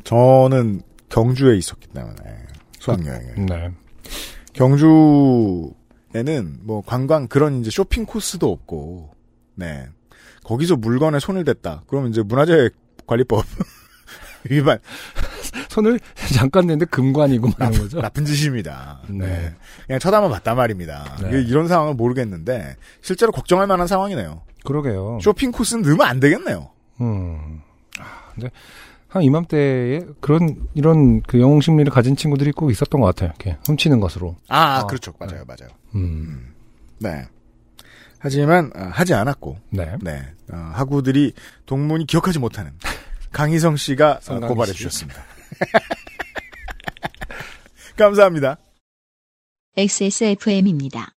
A: 저는 경주에 있었기 때문에 수학여행을
B: 네.
A: 경주에는 뭐 관광 그런 이제 쇼핑 코스도 없고 네 거기서 물건에 손을 댔다 그러면 이제 문화재 관리법 위반
B: 손을 잠깐 냈는데 금관이고 하는 거죠.
A: 나쁜 짓입니다.
B: 네.
A: 네. 그냥 쳐다만 봤단 말입니다.
B: 네.
A: 이게 이런 상황을 모르겠는데 실제로 걱정할 만한 상황이네요.
B: 그러게요.
A: 쇼핑 코스는 넣으면 안 되겠네요.
B: 음. 아, 근데 한 이맘때에 그런 이런 그 영웅 심리를 가진 친구들이 꼭 있었던 것 같아요. 이렇게 훔치는 것으로.
A: 아,
B: 어.
A: 그렇죠. 맞아요, 맞아요.
B: 음.
A: 네. 하지만 아, 하지 않았고
B: 네.
A: 네. 어, 학우들이 동문이 기억하지 못하는 강희성 씨가 어,
B: 성강희
A: 고발해
B: 씨.
A: 주셨습니다. 감사합니다.
C: XSFM입니다.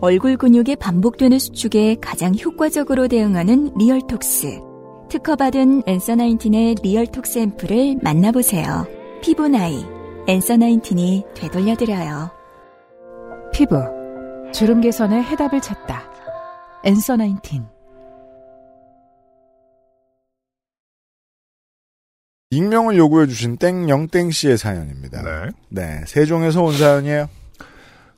E: 얼굴 근육이 반복되는 수축에 가장 효과적으로 대응하는 리얼톡스. 특허받은 엔서나인틴의 리얼톡스 앰플을 만나보세요. 피부 나이, 엔서나인틴이 되돌려드려요.
G: 피부 주름 개선의 해답을 찾다. 엔서 19.
A: 익명을 요구해 주신 땡영땡 씨의 사연입니다. 네, 세종에서 온 사연이에요.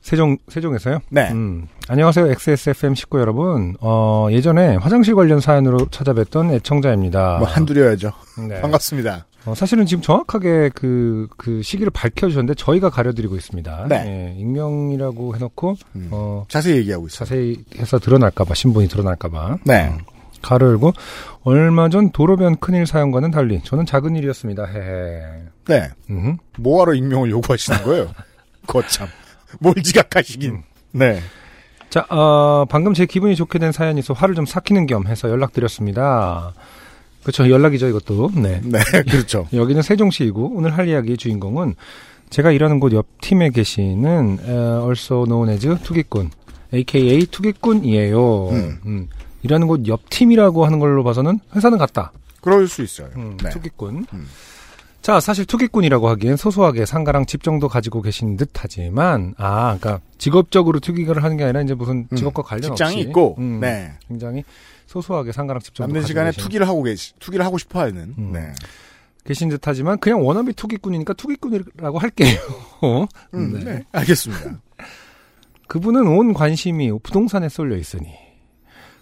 B: 세종 세종에서요?
A: 네.
B: 음. 안녕하세요. XSFM 식구 여러분. 어, 예전에 화장실 관련 사연으로 찾아뵀던 애청자입니다.
A: 뭐 한둘이어야죠.
B: 네.
A: 반갑습니다.
B: 어, 사실은 지금 정확하게 그, 그 시기를 밝혀주셨는데 저희가 가려드리고 있습니다.
A: 네.
B: 예, 익명이라고 해놓고,
A: 음.
B: 어,
A: 자세히 얘기하고 있어요.
B: 자세히 해서 드러날까봐, 신분이 드러날까봐.
A: 네.
B: 가로 열고, 얼마 전 도로변 큰일 사연과는 달리, 저는 작은 일이었습니다. 헤헤.
A: 네.
B: 음.
A: 뭐하러 익명을 요구하시는 거예요? 거참. 뭘 지각하시긴.
B: 음.
A: 네.
B: 자, 어, 방금 제 기분이 좋게 된 사연이 있어 화를 좀 삭히는 겸 해서 연락드렸습니다. 그렇죠. 연락이죠, 이것도. 네.
A: 네, 그렇죠.
B: 여기는 세종시이고 오늘 할 이야기의 주인공은 제가 일하는 곳 옆 팀에 계시는 에, also known as 투기꾼, AKA 투기꾼이에요.
A: 음.
B: 음, 일하는 곳 옆 팀이라고 하는 걸로 봐서는 회사는 같다.
A: 그럴 수 있어요.
B: 음,
A: 네.
B: 투기꾼.
A: 음.
B: 자, 사실 투기꾼이라고 하기엔 소소하게 상가랑 집 정도 가지고 계신 듯하지만 아, 그러니까 직업적으로 투기를 하는 게 아니라 이제 무슨
A: 음,
B: 직업과 관련
A: 직장이
B: 없이
A: 있고,
B: 음,
A: 네.
B: 굉장히 소소하게 상가랑 집 정도
A: 남는
B: 가지고
A: 시간에
B: 계신
A: 투기를 하고 계시, 투기를 하고 싶어 하는.
B: 음.
A: 네.
B: 계신 듯하지만 그냥 워너비 투기꾼이니까 투기꾼이라고 할게요.
A: 음,
B: 네.
A: 네. 알겠습니다.
B: 그분은 온 관심이 부동산에 쏠려 있으니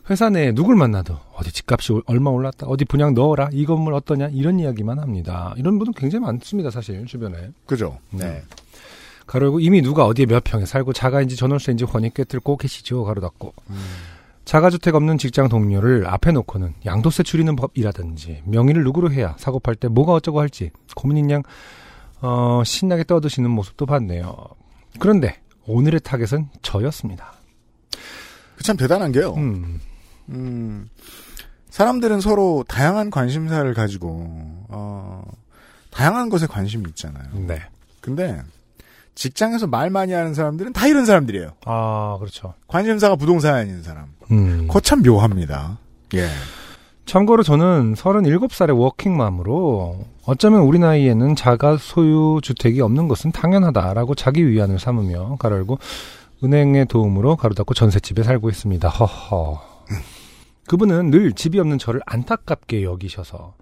B: 회사 내에 누굴 만나도 어디 집값이 올- 얼마 올랐다 어디 분양 넣어라 이 건물 어떠냐 이런 이야기만 합니다. 이런 분은 굉장히 많습니다 사실 주변에.
A: 그죠? 네.
B: 네. 가로고 이미 누가 어디에 몇 평에 살고 자가인지 전월세인지 훤히 꿰뚫고 계시죠 가로 닫고. 자가주택 없는 직장 동료를 앞에 놓고는 양도세 줄이는 법이라든지 명의를 누구로 해야 사고 팔 때 뭐가 어쩌고 할지 고민인 양 어, 신나게 떠드시는 모습도 봤네요. 그런데 오늘의 타겟은 저였습니다.
A: 그 참 대단한 게요.
B: 음.
A: 음, 사람들은 서로 다양한 관심사를 가지고, 어, 다양한 것에 관심이 있잖아요.
B: 네.
A: 근데, 직장에서 말 많이 하는 사람들은 다 이런 사람들이에요.
B: 아, 그렇죠.
A: 관심사가 부동산인 사람.
B: 음.
A: 거참 묘합니다. 예.
B: 참고로 저는 37살의 워킹맘으로 어쩌면 우리 나이에는 자가 소유 주택이 없는 것은 당연하다라고 자기 위안을 삼으며 가로열고 은행의 도움으로 가로닫고 전셋집에 살고 있습니다. 허허. 그분은 늘 집이 없는 저를 안타깝게 여기셔서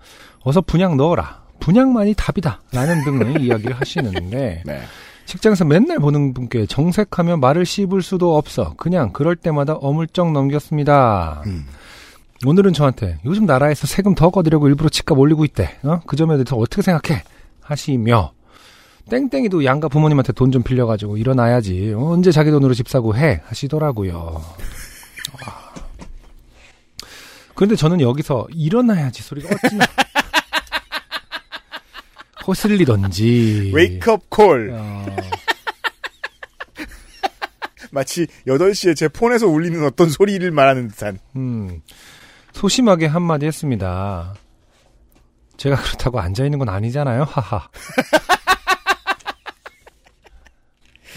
B: 어서 분양 넣어라. 분양만이 답이다. 라는 등의 이야기를 하시는데
A: 네.
B: 직장에서 맨날 보는 분께 정색하며 말을 씹을 수도 없어. 그냥 그럴 때마다 어물쩍 넘겼습니다.
A: 음.
B: 오늘은 저한테 요즘 나라에서 세금 더 거두려고 일부러 집값 올리고 있대. 어? 그 점에 대해서 어떻게 생각해? 하시며 땡땡이도 양가 부모님한테 돈 좀 빌려가지고 일어나야지. 언제 자기 돈으로 집 사고 해? 하시더라고요. 아. 그런데 저는 여기서 일어나야지 소리가 어찌나 거슬리던지
A: 웨이크업 콜.
B: 어,
A: 마치 8시에 제 폰에서 울리는 어떤 소리를 말하는 듯한.
B: 음, 소심하게 한마디 했습니다. 제가 그렇다고 앉아있는 건 아니잖아요, 하하.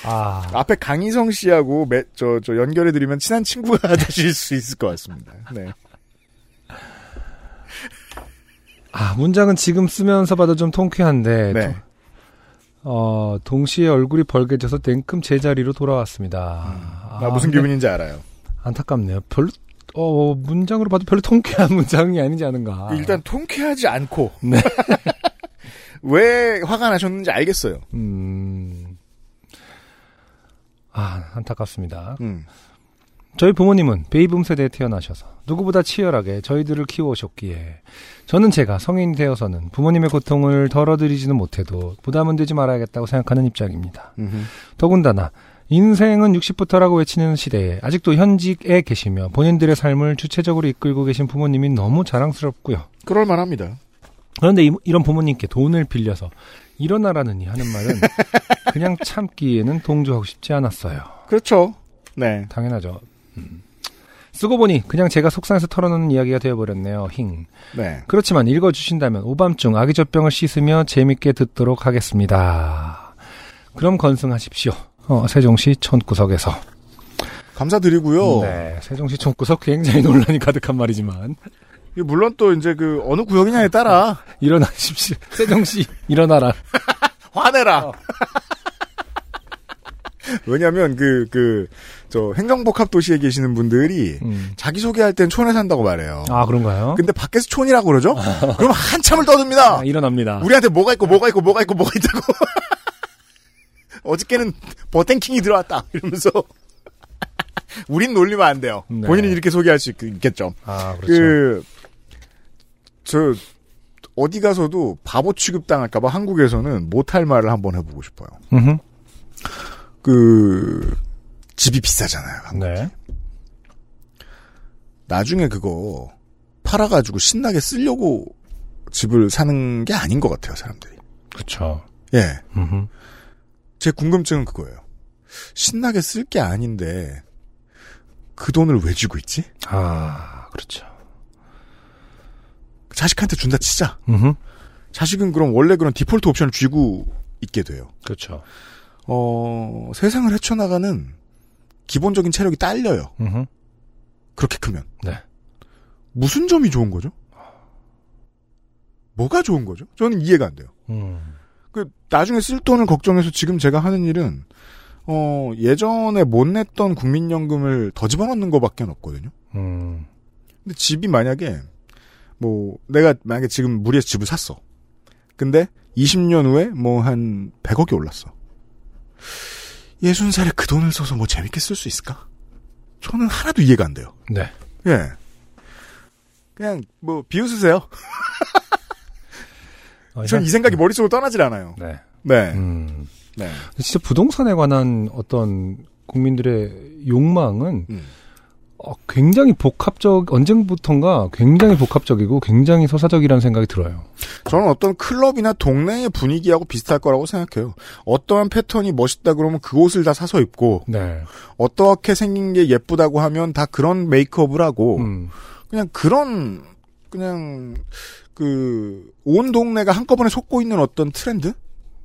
B: 아,
A: 앞에 강희성 씨하고 매, 저, 저 연결해드리면 친한 친구가 되실 수 있을 것 같습니다. 네.
B: 아, 문장은 지금 쓰면서 봐도 좀 통쾌한데,
A: 네.
B: 좀, 어, 동시에 얼굴이 벌개져서 냉큼 제자리로 돌아왔습니다.
A: 음. 나 무슨
B: 근데-
A: 기분인지 알아요.
B: 안타깝네요. 별로 어, 문장으로 봐도 별로 통쾌한 문장이 아니지 않은가.
A: 일단 통쾌하지 않고
B: 네.
A: 왜 화가 나셨는지 알겠어요.
B: 음. 아, 안타깝습니다.
A: 음.
B: 저희 부모님은 베이붐 세대에 태어나셔서 누구보다 치열하게 저희들을 키워오셨기에 저는 제가 성인이 되어서는 부모님의 고통을 덜어드리지는 못해도 부담은 되지 말아야겠다고 생각하는 입장입니다. 더군다나 인생은 60부터라고 외치는 시대에 아직도 현직에 계시며 본인들의 삶을 주체적으로 이끌고 계신 부모님이 너무 자랑스럽고요.
A: 그럴 만합니다.
B: 그런데 이, 이런 부모님께 돈을 빌려서 일어나라느니 하는 말은 그냥 참기에는 동조하고 싶지 않았어요.
A: 그렇죠. 네.
B: 당연하죠. 음. 쓰고 보니 그냥 제가 속상해서 털어놓는 이야기가 되어버렸네요. 힝.
A: 네.
B: 그렇지만 읽어주신다면 오밤중 아기 젖병을 씻으며 재밌게 듣도록 하겠습니다. 그럼 건승하십시오. 어, 세종시 촌구석에서.
A: 감사드리고요.
B: 네, 세종시 촌구석 굉장히 논란이 가득한 말이지만
A: 이게 물론 또 이제 그 어느 구역이냐에 따라
B: 일어나십시오. 세종시 일어나라.
A: 화내라. 어. 왜냐하면 그, 그그저 행정복합 도시에 계시는 분들이
B: 음.
A: 자기 소개할 땐 촌에 산다고 말해요.
B: 아 그런가요?
A: 근데 밖에서 촌이라고 그러죠? 그럼 한참을 떠듭니다.
B: 아, 일어납니다.
A: 우리한테 뭐가 있고 뭐가 있고 뭐가 있고 뭐가 있다고. 어저께는 버텐킹이 들어왔다 이러면서 우린 놀리면 안 돼요.
B: 네.
A: 본인은 이렇게 소개할 수 있- 있겠죠.
B: 아 그렇죠.
A: 그 저 어디 가서도 바보 취급 당할까봐 한국에서는 못할 말을 한번 해보고 싶어요.
B: 음흠.
A: 그 집이 비싸잖아요. 한국.
B: 네.
A: 나중에 그거 팔아가지고 신나게 쓰려고 집을 사는 게 아닌 것 같아요, 사람들이.
B: 그렇죠.
A: 예,
B: 음흠.
A: 제 궁금증은 그거예요. 신나게 쓸 게 아닌데 그 돈을 왜 주고 있지?
B: 아 그렇죠.
A: 자식한테 준다 치자.
B: 음흠.
A: 자식은 그럼 원래 그런 디폴트 옵션을 쥐고 있게 돼요.
B: 그렇죠.
A: 어, 세상을 헤쳐나가는 기본적인 체력이 딸려요.
B: 음흠.
A: 그렇게 크면.
B: 네.
A: 무슨 점이 좋은 거죠? 뭐가 좋은 거죠? 저는 이해가 안 돼요.
B: 음.
A: 그, 나중에 쓸 돈을 걱정해서 지금 제가 하는 일은, 어, 예전에 못 냈던 국민연금을 더 집어넣는 거밖에 없거든요.
B: 음.
A: 근데 집이 만약에, 뭐, 내가 만약에 지금 무리해서 집을 샀어. 근데 20년 후에 뭐 한 100억이 올랐어. 예순살에 그 돈을 써서 뭐 재밌게 쓸 수 있을까? 저는 하나도 이해가 안 돼요.
B: 네.
A: 예. 그냥 뭐 비웃으세요.
B: 어,
A: 전 이 생각이 머릿속으로 떠나질 않아요.
B: 네.
A: 네.
B: 음.
A: 네.
B: 진짜 부동산에 관한 어떤 국민들의 욕망은
A: 음.
B: 어, 굉장히 복합적 언젠부턴가 굉장히 복합적이고 굉장히 서사적이라는 생각이 들어요.
A: 저는 어떤 클럽이나 동네의 분위기하고 비슷할 거라고 생각해요. 어떠한 패턴이 멋있다 그러면 그 옷을 다 사서 입고
B: 네.
A: 어떻게 생긴 게 예쁘다고 하면 다 그런 메이크업을 하고
B: 음.
A: 그냥 그런 그냥 그 온 동네가 한꺼번에 속고 있는 어떤 트렌드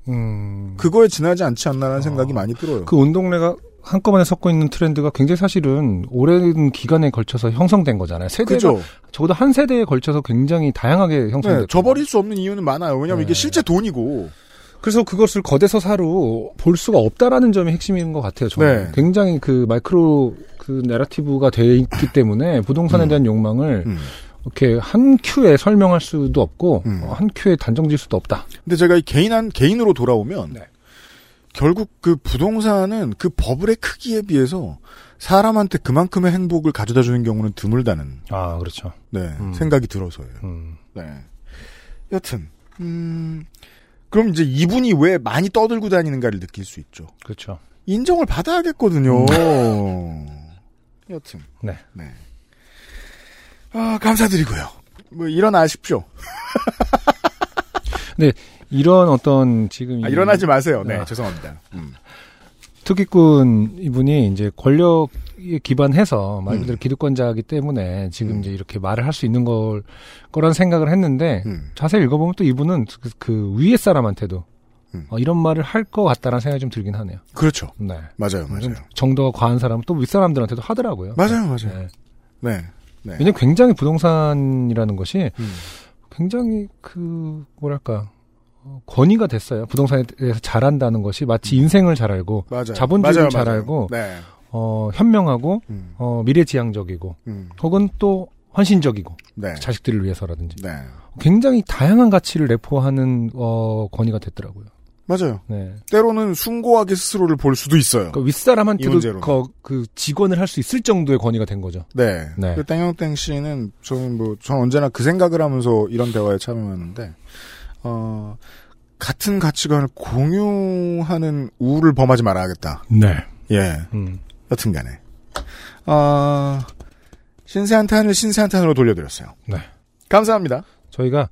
B: 음. 그,
A: 그거에 지나지 않지 않나라는
B: 아.
A: 생각이 많이 들어요.
B: 그 운동례가 한꺼번에 섞고 있는 트렌드가 굉장히 사실은 오랜 기간에 걸쳐서 형성된 거잖아요. 세대가
A: 그죠?
B: 적어도 한 세대에 걸쳐서 굉장히 다양하게 형성됐
A: 네, 저버릴 수 없는 이유는 많아요. 왜냐면
B: 네.
A: 이게 실제 돈이고
B: 그래서 그것을 거대 서사로 볼 수가 없다라는 점이 핵심인 것 같아요. 저는
A: 네.
B: 굉장히 그 마이크로 그 내러티브가 돼 있기 때문에 부동산에
A: 음.
B: 대한 욕망을
A: 음.
B: 이렇게 한 큐에 설명할 수도 없고
A: 음.
B: 어, 한 큐에 단정질 수도 없다.
A: 근데 제가 이 개인한 개인으로 돌아오면
B: 네.
A: 결국 그 부동산은 그 버블의 크기에 비해서 사람한테 그만큼의 행복을 가져다 주는 경우는 드물다는
B: 아 그렇죠.
A: 네,
B: 음.
A: 생각이 들어서예요.
B: 음.
A: 네. 여튼 음, 그럼 이제 이분이 왜 많이 떠들고 다니는가를 느낄 수 있죠.
B: 그렇죠.
A: 인정을 받아야겠거든요. 음. 여튼
B: 네.
A: 아, 감사드리고요. 뭐 일어나십시오.
B: 이런 어떤 지금
A: 아,
B: 이
A: 일어나지 마세요. 네,
B: 아.
A: 죄송합니다. 음.
B: 특기꾼 이분이 이제 권력에 기반해서 말 그대로 기득권자이기 때문에 지금
A: 음.
B: 이제 이렇게 말을 할 수 있는 걸 거란 생각을 했는데
A: 음.
B: 자세히 읽어보면 또 이분은 그, 그 위에 사람한테도
A: 음.
B: 어, 이런 말을 할 것 같다라는 생각이 좀 들긴 하네요.
A: 그렇죠.
B: 네.
A: 맞아요,
B: 좀
A: 맞아요.
B: 정도가 과한 사람은 또 윗사람들한테도 하더라고요.
A: 맞아요, 맞아요.
B: 네.
A: 네. 네.
B: 왜냐면 굉장히 부동산이라는 것이
A: 음.
B: 굉장히 그 뭐랄까 어, 권위가
A: 음.
B: 됐어요. 부동산에 대해서 잘한다는 것이 마치 인생을 잘 알고
A: 맞아요.
B: 자본주의를
A: 맞아요,
B: 잘
A: 맞아요.
B: 알고
A: 네.
B: 어, 현명하고
A: 음,
B: 어, 미래지향적이고
A: 음,
B: 혹은 또 헌신적이고
A: 네.
B: 자식들을 위해서라든지
A: 네.
B: 굉장히 다양한 가치를 내포하는 어, 권위가 됐더라고요.
A: 맞아요.
B: 네.
A: 때로는 숭고하게 스스로를 볼 수도 있어요.
B: 그러니까
A: 이 문제로는.
B: 윗사람한테도 거- 그 직원을 할 수 있을 정도의 권위가 된 거죠.
A: 네.
B: 네.
A: 그 땡영땡 씨는 저는 뭐, 전 언제나 그 생각을 하면서 이런 대화에 참여하는데, 어, 같은 가치관을 공유하는 우를 범하지 말아야겠다.
B: 네.
A: 예.
B: 음.
A: 여튼 간에. 어, 신세한탄을 신세한탄으로 돌려드렸어요.
B: 네.
A: 감사합니다.
B: 저희가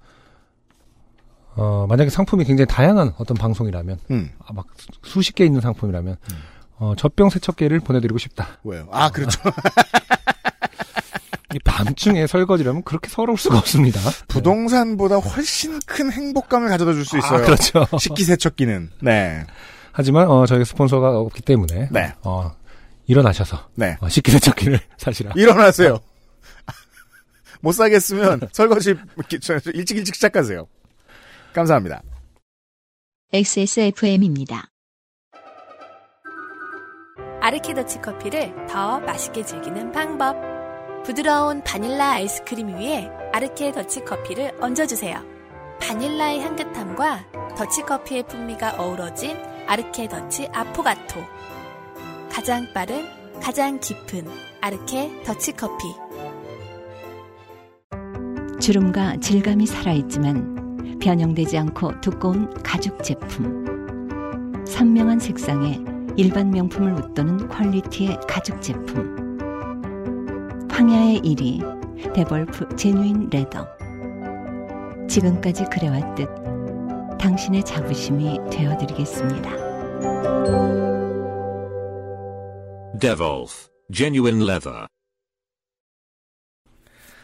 B: 어, 만약에 상품이 굉장히 다양한 어떤 방송이라면
A: 음,
B: 아, 막 수- 수십 개 있는 상품이라면 어, 젖병 세척기를 보내드리고 싶다.
A: 왜요? 아, 그렇죠.
B: 이 밤중에 설거지라면 그렇게 서러울 수가 없습니다.
A: 부동산보다 훨씬 큰 행복감을 가져다 줄 수 있어요.
B: 아, 그렇죠.
A: 식기세척기는. 네.
B: 하지만 어, 저희가 스폰서가 없기 때문에
A: 네.
B: 어, 일어나셔서
A: 네.
B: 어, 식기세척기를 사시라.
A: 일어나세요. 못 사겠으면 설거지 기- 저- 저 일찍 일찍 시작하세요. 감사합니다.
C: XSFM입니다.
F: 아르케더치 커피를 더 맛있게 즐기는 방법. 부드러운 바닐라 아이스크림 위에 아르케 더치 커피를 얹어주세요. 바닐라의 향긋함과 더치 커피의 풍미가 어우러진 아르케 더치 아포가토. 가장 빠른, 가장 깊은 아르케 더치 커피.
D: 주름과 질감이 살아있지만 변형되지 않고 두꺼운 가죽 제품. 선명한 색상에 일반 명품을 웃도는 퀄리티의 가죽 제품. 황야의 1위 데볼프 제뉴인 레더. 지금까지 그래왔듯 당신의 자부심이 되어드리겠습니다.
H: Devolf, genuine leather.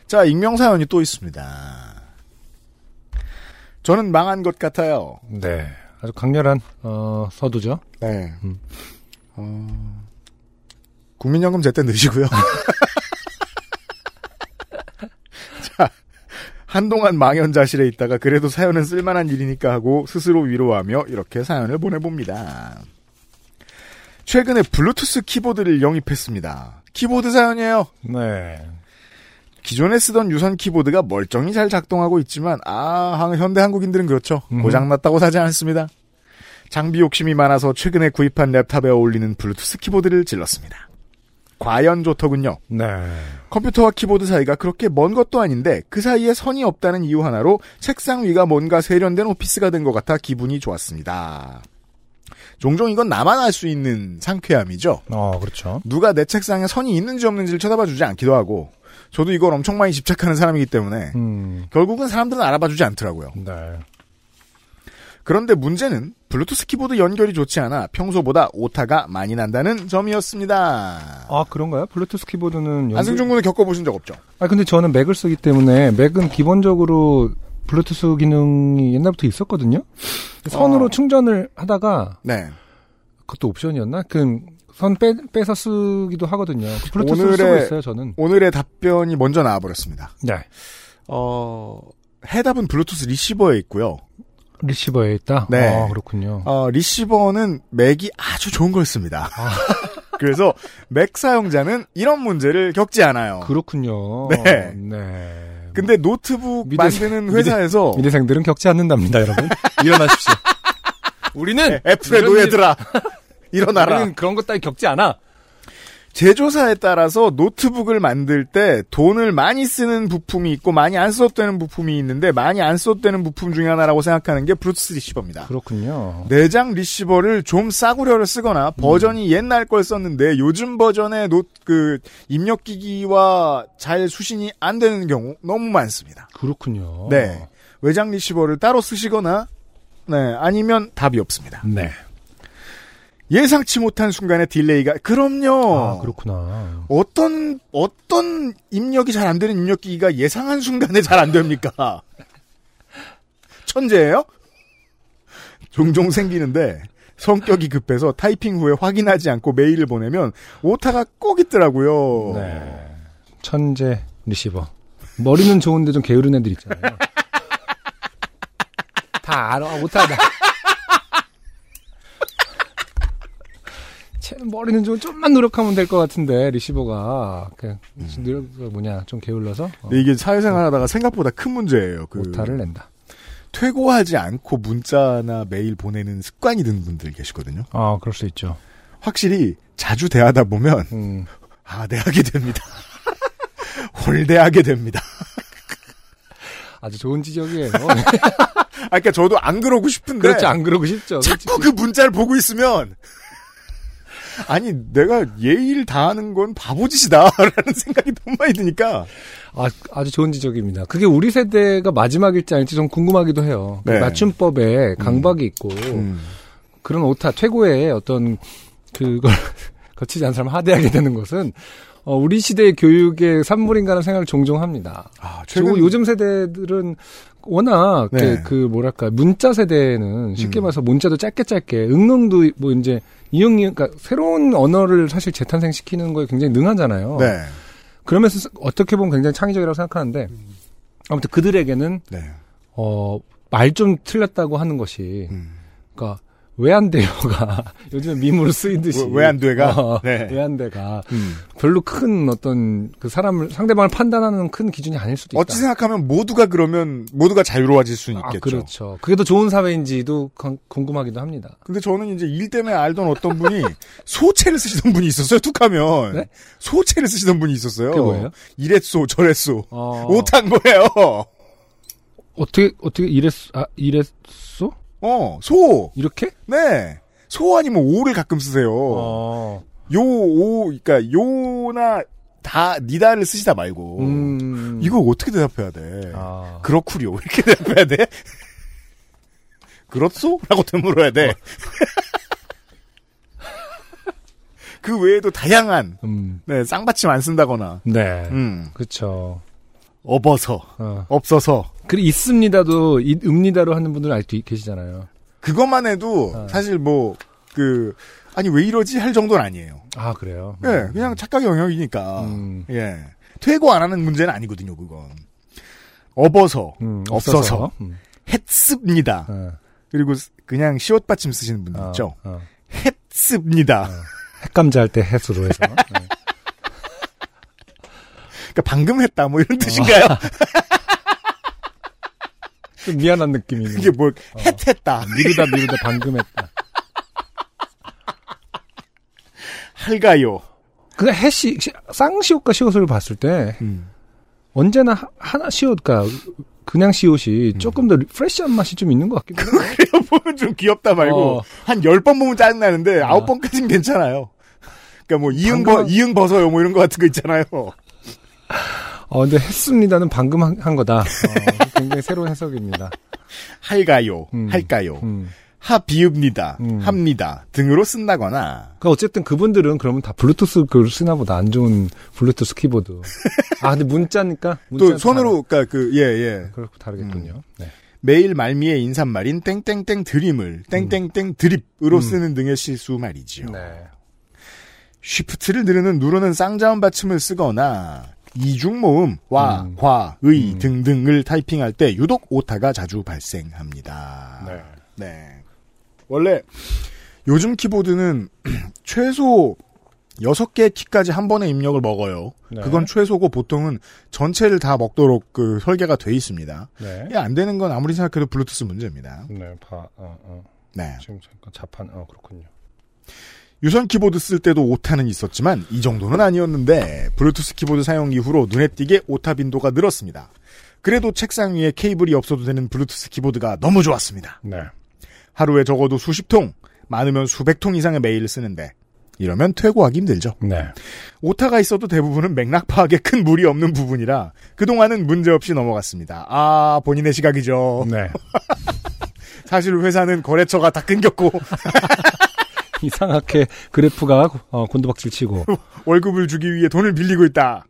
A: 자, 익명 사연이 또 있습니다. 저는 망한 것 같아요.
B: 네. 아주 강렬한 어, 서두죠.
A: 네.
B: 음.
A: 어, 국민연금 제때 넣으시고요. 자, 한동안 망연자실에 있다가 그래도 사연은 쓸만한 일이니까 하고 스스로 위로하며 이렇게 사연을 보내봅니다. 최근에 블루투스 키보드를 영입했습니다. 키보드 사연이에요.
B: 네.
A: 기존에 쓰던 유선 키보드가 멀쩡히 잘 작동하고 있지만 아 한- 현대 한국인들은 그렇죠
B: 음.
A: 고장났다고 사지 않습니다 장비 욕심이 많아서 최근에 구입한 랩탑에 어울리는 블루투스 키보드를 질렀습니다 과연 좋더군요
B: 네.
A: 컴퓨터와 키보드 사이가 그렇게 먼 것도 아닌데 그 사이에 선이 없다는 이유 하나로 책상 위가 뭔가 세련된 오피스가 된 것 같아 기분이 좋았습니다 종종 이건 나만 알 수 있는 상쾌함이죠
B: 어, 그렇죠.
A: 누가 내 책상에 선이 있는지 없는지를 쳐다봐 주지 않기도 하고 저도 이걸 엄청 많이 집착하는 사람이기 때문에
B: 음.
A: 결국은 사람들은 알아봐 주지 않더라고요.
B: 네.
A: 그런데 문제는 블루투스 키보드 연결이 좋지 않아 평소보다 오타가 많이 난다는 점이었습니다.
B: 아, 그런가요? 블루투스 키보드는 연결-
A: 안승준 군은 겪어보신 적 없죠?
B: 아 근데 저는 맥을 쓰기 때문에 맥은 기본적으로 블루투스 기능이 옛날부터 있었거든요. 선으로
A: 어.
B: 충전을 하다가
A: 네.
B: 그것도 옵션이었나? 그선 빼서 쓰기도 하거든요. 그 블루투스 를 쓰고
A: 오늘의-
B: 있어요 저는.
A: 오늘의 답변이 먼저 나와버렸습니다.
B: 네.
A: 어, 해답은 블루투스 리시버에 있고요.
B: 리시버에 있다.
A: 네.
B: 아, 그렇군요.
A: 어, 리시버는 맥이 아주 좋은 걸 씁니다. 그래서 맥 사용자는 이런 문제를 겪지 않아요.
B: 그렇죠. 그렇군요.
A: 네. 그-
B: 네.
A: 근데 노트북
B: 미대-
A: 만드는 회사에서
B: 미대생들은 겪지 않는답니다, 여러분. 일어나십시오. 우리는 이런
A: 애플의
B: 일-
A: 노예들아 일어나라.
B: 우리는 그런 것 따위 겪지 않아.
A: 제조사에 따라서 노트북을 만들 때 돈을 많이 쓰는 부품이 있고 많이 안 써도 되는 부품이 있는데 많이 안 써도 되는 부품 중에 하나라고 생각하는 게 블루투스 리시버입니다.
B: 그렇군요.
A: 내장 리시버를 좀 싸구려를 쓰거나
B: 음.
A: 버전이 옛날 걸 썼는데 요즘 버전의 노, 그 입력 기기와 잘 수신이 안 되는 경우 너무 많습니다.
B: 그렇군요.
A: 네. 외장 리시버를 따로 쓰시거나 네, 아니면 답이 없습니다.
B: 네.
A: 예상치 못한 순간의 딜레이가 그럼요.
B: 아, 그렇구나.
A: 어떤 어떤 입력이 잘 안 되는 입력 기기가 예상한 순간에 잘 안 됩니까? 천재예요? 종종 생기는데 성격이 급해서 타이핑 후에 확인하지 않고 메일을 보내면 오타가 꼭 있더라고요.
B: 네. 천재 리시버. 머리는 좋은데 좀 게으른 애들 있잖아요. 아, 다 알아, 못하다. 쟤는 머리는 좀 좀만 노력하면 될 것 같은데 리시버가 그 노력 그 뭐냐 좀 게을러서 어,
A: 근데 이게 사회생활하다가 생각보다 큰 문제예요. 그
B: 오타를 낸다.
A: 퇴고하지 않고 문자나 메일 보내는 습관이 든 분들 계시거든요.
B: 아 그럴 수 있죠.
A: 확실히 자주 대하다 보면
B: 음.
A: 아, 네 하게 됩니다. 홀대하게 됩니다.
B: 아주 좋은 지적이에요.
A: 아, 그러니까 저도 안 그러고 싶은데
B: 그렇지 안 그러고 싶죠.
A: 자꾸 그 문자를 보고 있으면 아니 내가 예의를 다하는 건 바보짓이다라는 생각이 너무 많이 드니까
B: 아, 아주 좋은 지적입니다. 그게 우리 세대가 마지막일지 아닐지 좀 궁금하기도 해요. 그
A: 네.
B: 맞춤법에 강박이 있고 그런 오타 최고의 어떤 그걸 거치지 않은 사람 하대하게 되는 것은 어, 우리 시대의 교육의 산물인가라는 생각을 종종 합니다.
A: 아,
B: 그리고 요즘 세대들은 워낙
A: 네.
B: 그, 그 뭐랄까 문자 세대는 쉽게
A: 음.
B: 말해서 문자도 짧게 짧게 응응도 뭐 이제 이응이응 그러니까 새로운 언어를 사실 재탄생시키는 거에 굉장히 능하잖아요.
A: 네,
B: 그러면서 쓰- 어떻게 보면 굉장히 창의적이라고 생각하는데 아무튼 그들에게는
A: 네,
B: 어말 좀 틀렸다고 하는 것이
A: 음.
B: 그러니까 왜 안 돼요가 요즘에 밈으로 쓰이듯이
A: 왜- 왜안 돼가?
B: 어,
A: 네.
B: 왜 안 돼가
A: 음.
B: 별로 큰 어떤 그 사람을 상대방을 판단하는 큰 기준이 아닐 수도 있다.
A: 어찌 생각하면 모두가 그러면 모두가 자유로워질 수는
B: 아,
A: 있겠죠.
B: 그렇죠. 그게 더 좋은 사회인지도 건- 궁금하기도 합니다.
A: 근데 저는 이제 일 때문에 알던 어떤 분이 소체를 쓰시던 분이 있었어요. 툭하면
B: 네?
A: 소체를 쓰시던 분이 있었어요.
B: 그게 뭐예요?
A: 이랬소 저랬소
B: 어,
A: 못한 거예요.
B: 어떻게 어떻게 이랬 아 이랬소?
A: 어, 소.
B: 이렇게?
A: 네. 소 아니면 오를 가끔 쓰세요.
B: 어.
A: 요, 오, 그니까, 요나, 다, 니다를 쓰시다 말고.
B: 음.
A: 이거 어떻게 대답해야 돼?
B: 아.
A: 그렇구려. 이렇게 대답해야 돼? 그렇소? 라고 되물어야 돼. 그 외에도 다양한,
B: 음.
A: 네, 쌍받침 안 쓴다거나,
B: 네.
A: 음,
B: 그렇죠.
A: 업어서,
B: 어.
A: 없어서.
B: 그리 있습니다도 이- 읍니다로 하는 분들 알수 계시잖아요.
A: 그것만 해도,
B: 아.
A: 사실 뭐, 그, 아니, 왜 이러지? 할 정도는 아니에요.
B: 아 그래요.
A: 예, 그냥 착각 영역이니까.
B: 음.
A: 예. 퇴고 안 하는 문제는 아니거든요, 그건. 업어서,
B: 음,
A: 없어서, 네.
B: 음,
A: 했습니다.
B: 어,
A: 그리고 스- 그냥 시옷받침 쓰시는 분들
B: 어,
A: 있죠.
B: 어.
A: 했습니다.
B: 핵감자 할 때 햇으로 해서. 네.
A: 그러니까 방금 했다, 뭐 이런 뜻인가요?
B: 좀 미안한 느낌이 있는.
A: 그게 뭐, 했, 했다.
B: 미루다 미루다 방금 했다.
A: 할가요.
B: 그 해시 시- 쌍시옷과 시옷을 봤을 때
A: 음.
B: 언제나 하- 하나 시옷과 그냥 시옷이 조금 더 리- 프레시한 맛이 좀 있는 것 같기도 해요.
A: 그래요, 보면 좀 귀엽다 말고.
B: 어.
A: 한 열 번 보면 짜증나는데,
B: 아.
A: 아홉 번까지는 괜찮아요. 그러니까 뭐, 이응, 버,
B: 방금-
A: 이응 버서요, 뭐 이런 거 같은 거 있잖아요.
B: 어, 근데 했습니다는 방금 한, 한 거다. 어, 굉장히 새로운 해석입니다.
A: 할가요,
B: 음.
A: 할까요.
B: 음.
A: 하비읍니다,
B: 음.
A: 합니다 등으로 쓴다거나,
B: 그러니까 어쨌든 그분들은 그러면 다 블루투스 그걸 쓰나 보다. 안 좋은 블루투스 키보드. 아, 근데 문자니까? 문자는
A: 또 손으로 그러니까 그 예 예.
B: 다르- 그렇고 다르겠군요. 네.
A: 매일 말미에 인사말인 땡땡땡 드림을 땡땡땡 드립으로
B: 음.
A: 쓰는 등의 실수 말이지요.
B: 네.
A: 쉬프트를 누르는 누르는 쌍자음 받침을 쓰거나 이중 모음 와,
B: 음.
A: 과, 의
B: 음.
A: 등등을 타이핑할 때 유독 오타가 자주 발생합니다.
B: 네.
A: 네. 원래 요즘 키보드는 최소 6개 키까지 한 번에 입력을 먹어요.
B: 네.
A: 그건 최소고 보통은 전체를 다 먹도록 그 설계가 돼 있습니다.
B: 네.
A: 이게 안 되는 건 아무리 생각해도 블루투스 문제입니다.
B: 네, 봐. 어, 어.
A: 네.
B: 지금 잠깐 자판, 어, 그렇군요.
A: 유선 키보드 쓸 때도 오타는 있었지만 이 정도는 아니었는데 블루투스 키보드 사용 이후로 눈에 띄게 오타 빈도가 늘었습니다. 그래도 책상 위에 케이블이 없어도 되는 블루투스 키보드가 너무 좋았습니다.
B: 네.
A: 하루에 적어도 수십 통, 많으면 수백 통 이상의 메일을 쓰는데 이러면 퇴고하기 힘들죠.
B: 네.
A: 오타가 있어도 대부분은 맥락 파악에 큰 무리 없는 부분이라 그동안은 문제없이 넘어갔습니다. 아, 본인의 시각이죠.
B: 네.
A: 사실 회사는 거래처가 다 끊겼고
B: 이상하게 그래프가 어, 곤두박질 치고.
A: 월급을 주기 위해 돈을 빌리고 있다.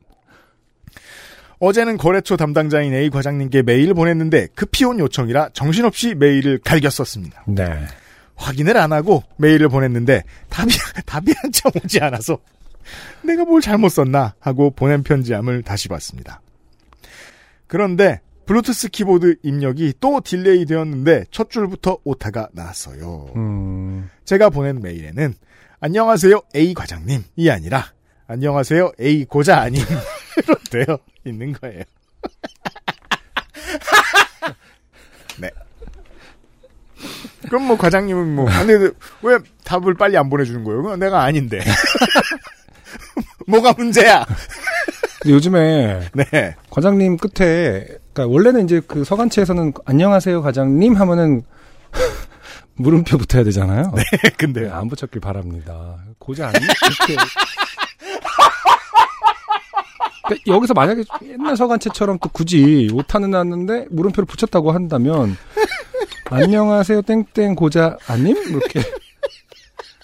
A: 어제는 거래처 담당자인 A 과장님께 메일을 보냈는데 급히 온 요청이라 정신없이 메일을 갈겼었습니다.
B: 네.
A: 확인을 안 하고 메일을 보냈는데 답이 답이 한참 오지 않아서 내가 뭘 잘못 썼나 하고 보낸 편지함을 다시 봤습니다. 그런데 블루투스 키보드 입력이 또 딜레이 되었는데 첫 줄부터 오타가 나왔어요.
B: 음.
A: 제가 보낸 메일에는 안녕하세요 A 과장님이 아니라 안녕하세요 A 고자 아님으로 되어 있는 거예요. 네. 그럼 뭐 과장님은 뭐 아니 왜 답을 빨리 안 보내주는 거예요? 그건 내가 아닌데. 뭐가 문제야?
B: 근데 요즘에
A: 네.
B: 과장님 끝에 그러니까 원래는 이제 그 서간체에서는 안녕하세요 과장님 하면은 물음표 붙어야 되잖아요. 네,
A: 근데
B: 안 붙였길 바랍니다. 고자 아니 이렇게. 그러니까 여기서 만약에 옛날 서간체처럼 또 굳이 오타는 났는데 물음표를 붙였다고 한다면 안녕하세요 땡땡 고자 아님 이렇게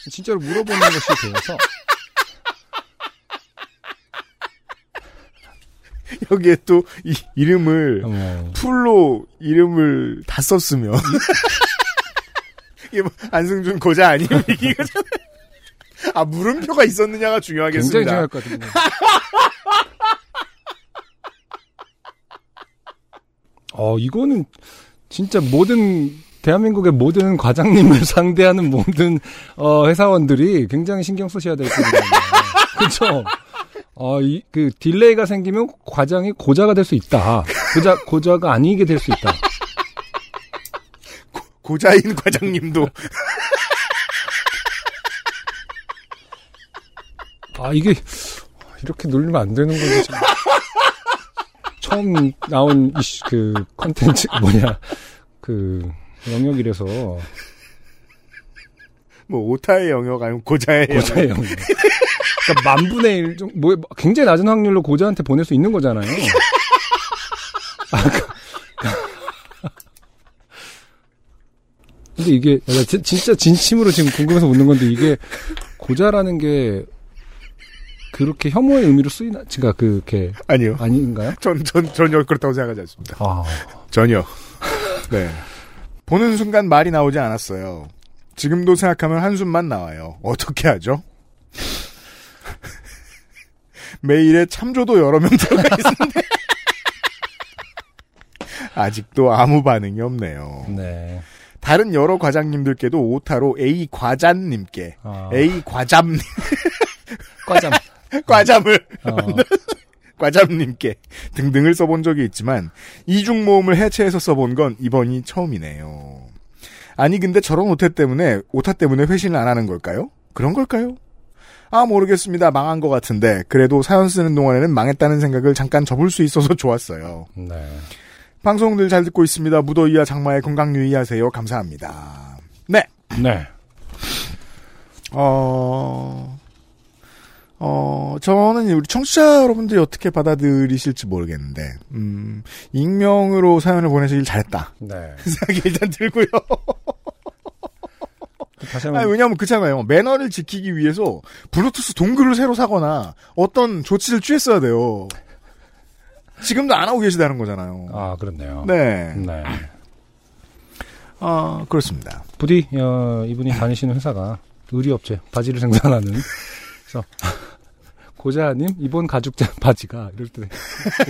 B: 진짜로 물어보는 것이 되어서
A: 여기에 또 이 이름을
B: 어,
A: 풀로 이름을 다 썼으면 이게 뭐 안승준 고자 아니면 이거잖아요. 아 물음표가 있었느냐가
B: 굉장히
A: 중요하겠습니다.
B: 중요할 것 같은데. 어, 이거는 진짜 모든 대한민국의 모든 과장님을 상대하는 모든 어, 회사원들이 굉장히 신경 쓰셔야 될 겁니다. 그렇죠. 어, 이, 그 딜레이가 생기면 과장이 고자가 될 수 있다. 고자 고자가 아니게 될 수 있다.
A: 고자인 과장님도
B: 아 이게 이렇게 놀리면 안 되는 거죠. 지금. 처음 나온 이슈, 그 컨텐츠 뭐냐 그 영역이라서
A: 뭐 오타의 영역 아니면 고자의 영역.
B: 고자의 영역. 그러니까 만 분의 일 좀 뭐 굉장히 낮은 확률로 고자한테 보낼 수 있는 거잖아요. 아, 그- 근데 이게 나 진- 진짜 진심으로 지금 궁금해서 묻는 건데 이게 고자라는 게 그렇게 혐오의 의미로 쓰이나? 제가 그렇게
A: 아니요.
B: 아닌가요?
A: 전, 전, 전혀 그렇다고 생각하지 않습니다.
B: 아,
A: 전혀. 네. 보는 순간 말이 나오지 않았어요. 지금도 생각하면 한숨만 나와요. 어떻게 하죠? 메일에 참조도 여러 명 들어가 있는데 아직도 아무 반응이 없네요.
B: 네.
A: 다른 여러 과장님들께도 오타로 A 과자님께
B: 아,
A: A 과잠
B: 과잠.
A: 과잠을
B: 어,
A: 과장님께 등등을 써본 적이 있지만 이중 모음을 해체해서 써본 건 이번이 처음이네요. 아니 근데 저런 오타 때문에 오타 때문에 회신을 안 하는 걸까요? 그런 걸까요? 아 모르겠습니다. 망한 것 같은데 그래도 사연 쓰는 동안에는 망했다는 생각을 잠깐 접을 수 있어서 좋았어요.
B: 네.
A: 방송들 잘 듣고 있습니다. 무더위와 장마에 건강 유의하세요. 감사합니다. 네.
B: 네.
A: 어, 어, 저는 우리 청취자 여러분들이 어떻게 받아들이실지 모르겠는데, 음, 익명으로 사연을 보내서 일 잘했다.
B: 네.
A: 그 생각이 일단 들고요.
B: 다시
A: 아니,
B: 한번.
A: 왜냐면 그잖아요. 매너를 지키기 위해서 블루투스 동글을 새로 사거나 어떤 조치를 취했어야 돼요. 지금도 안 하고 계시다는 거잖아요.
B: 아, 그렇네요.
A: 네.
B: 네.
A: 아, 그렇습니다.
B: 부디, 어, 이분이 다니시는 회사가 의류업체, 바지를 생산하는. 그래서, 고자님, 이번 가죽자 바지가, 이럴 때,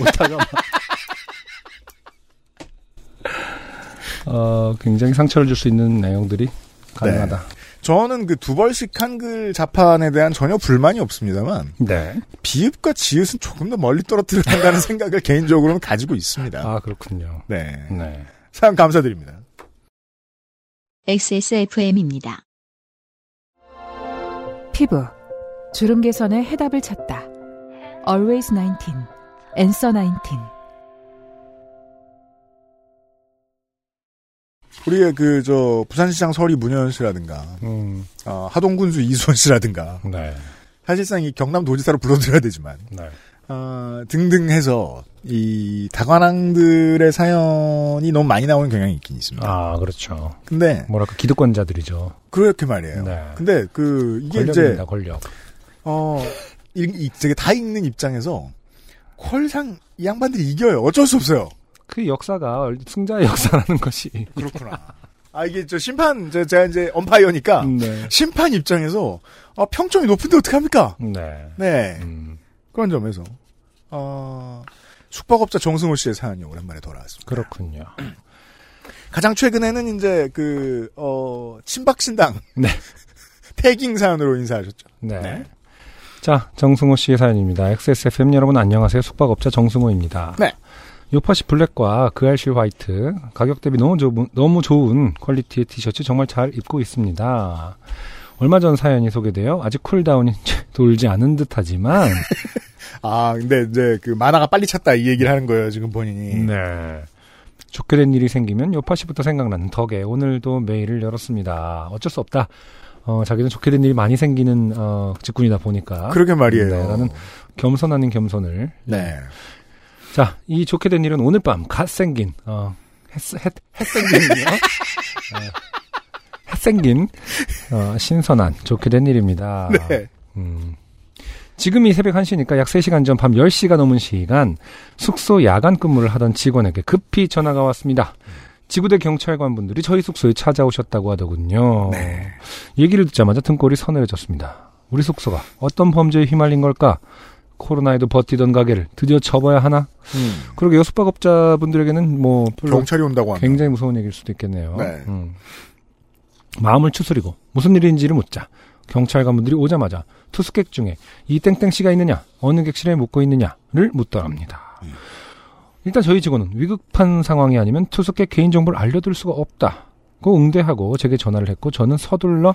B: 오타가 막. 어, 굉장히 상처를 줄 수 있는 내용들이 가능하다.
A: 저는 그 두벌식 한글 자판에 대한 전혀 불만이 없습니다만,
B: 네.
A: 비읍과 지읒은 조금 더 멀리 떨어뜨려야 한다는 생각을 개인적으로는 가지고 있습니다.
B: 아, 그렇군요.
A: 네.
B: 네.
A: 사연 감사드립니다.
C: XSFM입니다.
G: 피부 주름 개선의 해답을 찾다. Always 19, Answer 19.
A: 우리의 그, 저, 부산시장 서리 문현 씨라든가,
B: 음,
A: 어, 하동군수 이수원 씨라든가,
B: 네.
A: 사실상 이 경남 도지사로 불러드려야 되지만,
B: 네.
A: 어, 등등 해서, 이, 다관왕들의 사연이 너무 많이 나오는 경향이 있긴 있습니다.
B: 아, 그렇죠.
A: 근데,
B: 뭐랄까, 기득권자들이죠.
A: 그렇게 말이에요.
B: 네.
A: 근데 그, 이게 이제,
B: 권력입니다, 권력.
A: 어, 이, 이, 되게 다 읽는 입장에서, 콜상, 이 양반들이 이겨요. 어쩔 수 없어요.
B: 그 역사가 승자의 역사라는 것이.
A: 그렇구나. 아 이게 저 심판 저 제가 이제 엄파이어니까
B: 네.
A: 심판 입장에서 아, 평점이 높은데 어떡 합니까?
B: 네.
A: 네
B: 음,
A: 그런 점에서 어, 숙박업자 정승호 씨의 사연이 오랜만에 돌아왔습니다.
B: 그렇군요.
A: 가장 최근에는 이제 그 어, 친박신당
B: 네.
A: 패깅 사연으로 인사하셨죠.
B: 네. 자, 정승호 씨의 사연입니다. XSFM 여러분 안녕하세요. 숙박업자 정승호입니다.
A: 네.
B: 요파시 블랙과 그알실 화이트 가격 대비 너무 좋은, 너무 좋은 퀄리티의 티셔츠 정말 잘 입고 있습니다. 얼마 전 사연이 소개되어 아직 쿨다운이 돌지 않은 듯하지만
A: 아, 근데 이제 그 만화가 빨리 찼다 이 얘기를 하는 거예요, 지금 본인이.
B: 네. 좋게 된 일이 생기면 요파시부터 생각나는 덕에 오늘도 메일을 열었습니다. 어쩔 수 없다. 어, 자기는 좋게 된 일이 많이 생기는 어, 직군이다 보니까
A: 그러게 말이에요.
B: 네, 나는 겸손 아닌 겸손을
A: 네.
B: 자, 이 좋게 된 일은 오늘 밤 갓 생긴 어, 햇, 햇, 햇생긴이요? 네. 햇생긴 어, 신선한 좋게 된 일입니다.
A: 네.
B: 음, 지금이 새벽 1시니까 약 3시간 전 밤 10시가 넘은 시간 숙소 야간 근무를 하던 직원에게 급히 전화가 왔습니다. 지구대 경찰관 분들이 저희 숙소에 찾아오셨다고 하더군요.
A: 네.
B: 얘기를 듣자마자 등골이 서늘해졌습니다. 우리 숙소가 어떤 범죄에 휘말린 걸까? 코로나에도 버티던 가게를 드디어 접어야 하나? 그러게요. 숙박업자분들에게는 뭐 별로
A: 경찰이 온다고 합니다.
B: 굉장히 무서운 얘기일 수도 있겠네요.
A: 아, 네.
B: 음. 마음을 추스리고 무슨 일인지를 묻자 경찰관분들이 오자마자 투숙객 중에 이 땡땡 씨가 있느냐 어느 객실에 묵고 있느냐를 묻더랍니다.
A: 음.
B: 일단 저희 직원은 위급한 상황이 아니면 투숙객 개인 정보를 알려드릴 수가 없다고 응대하고 제게 전화를 했고 저는 서둘러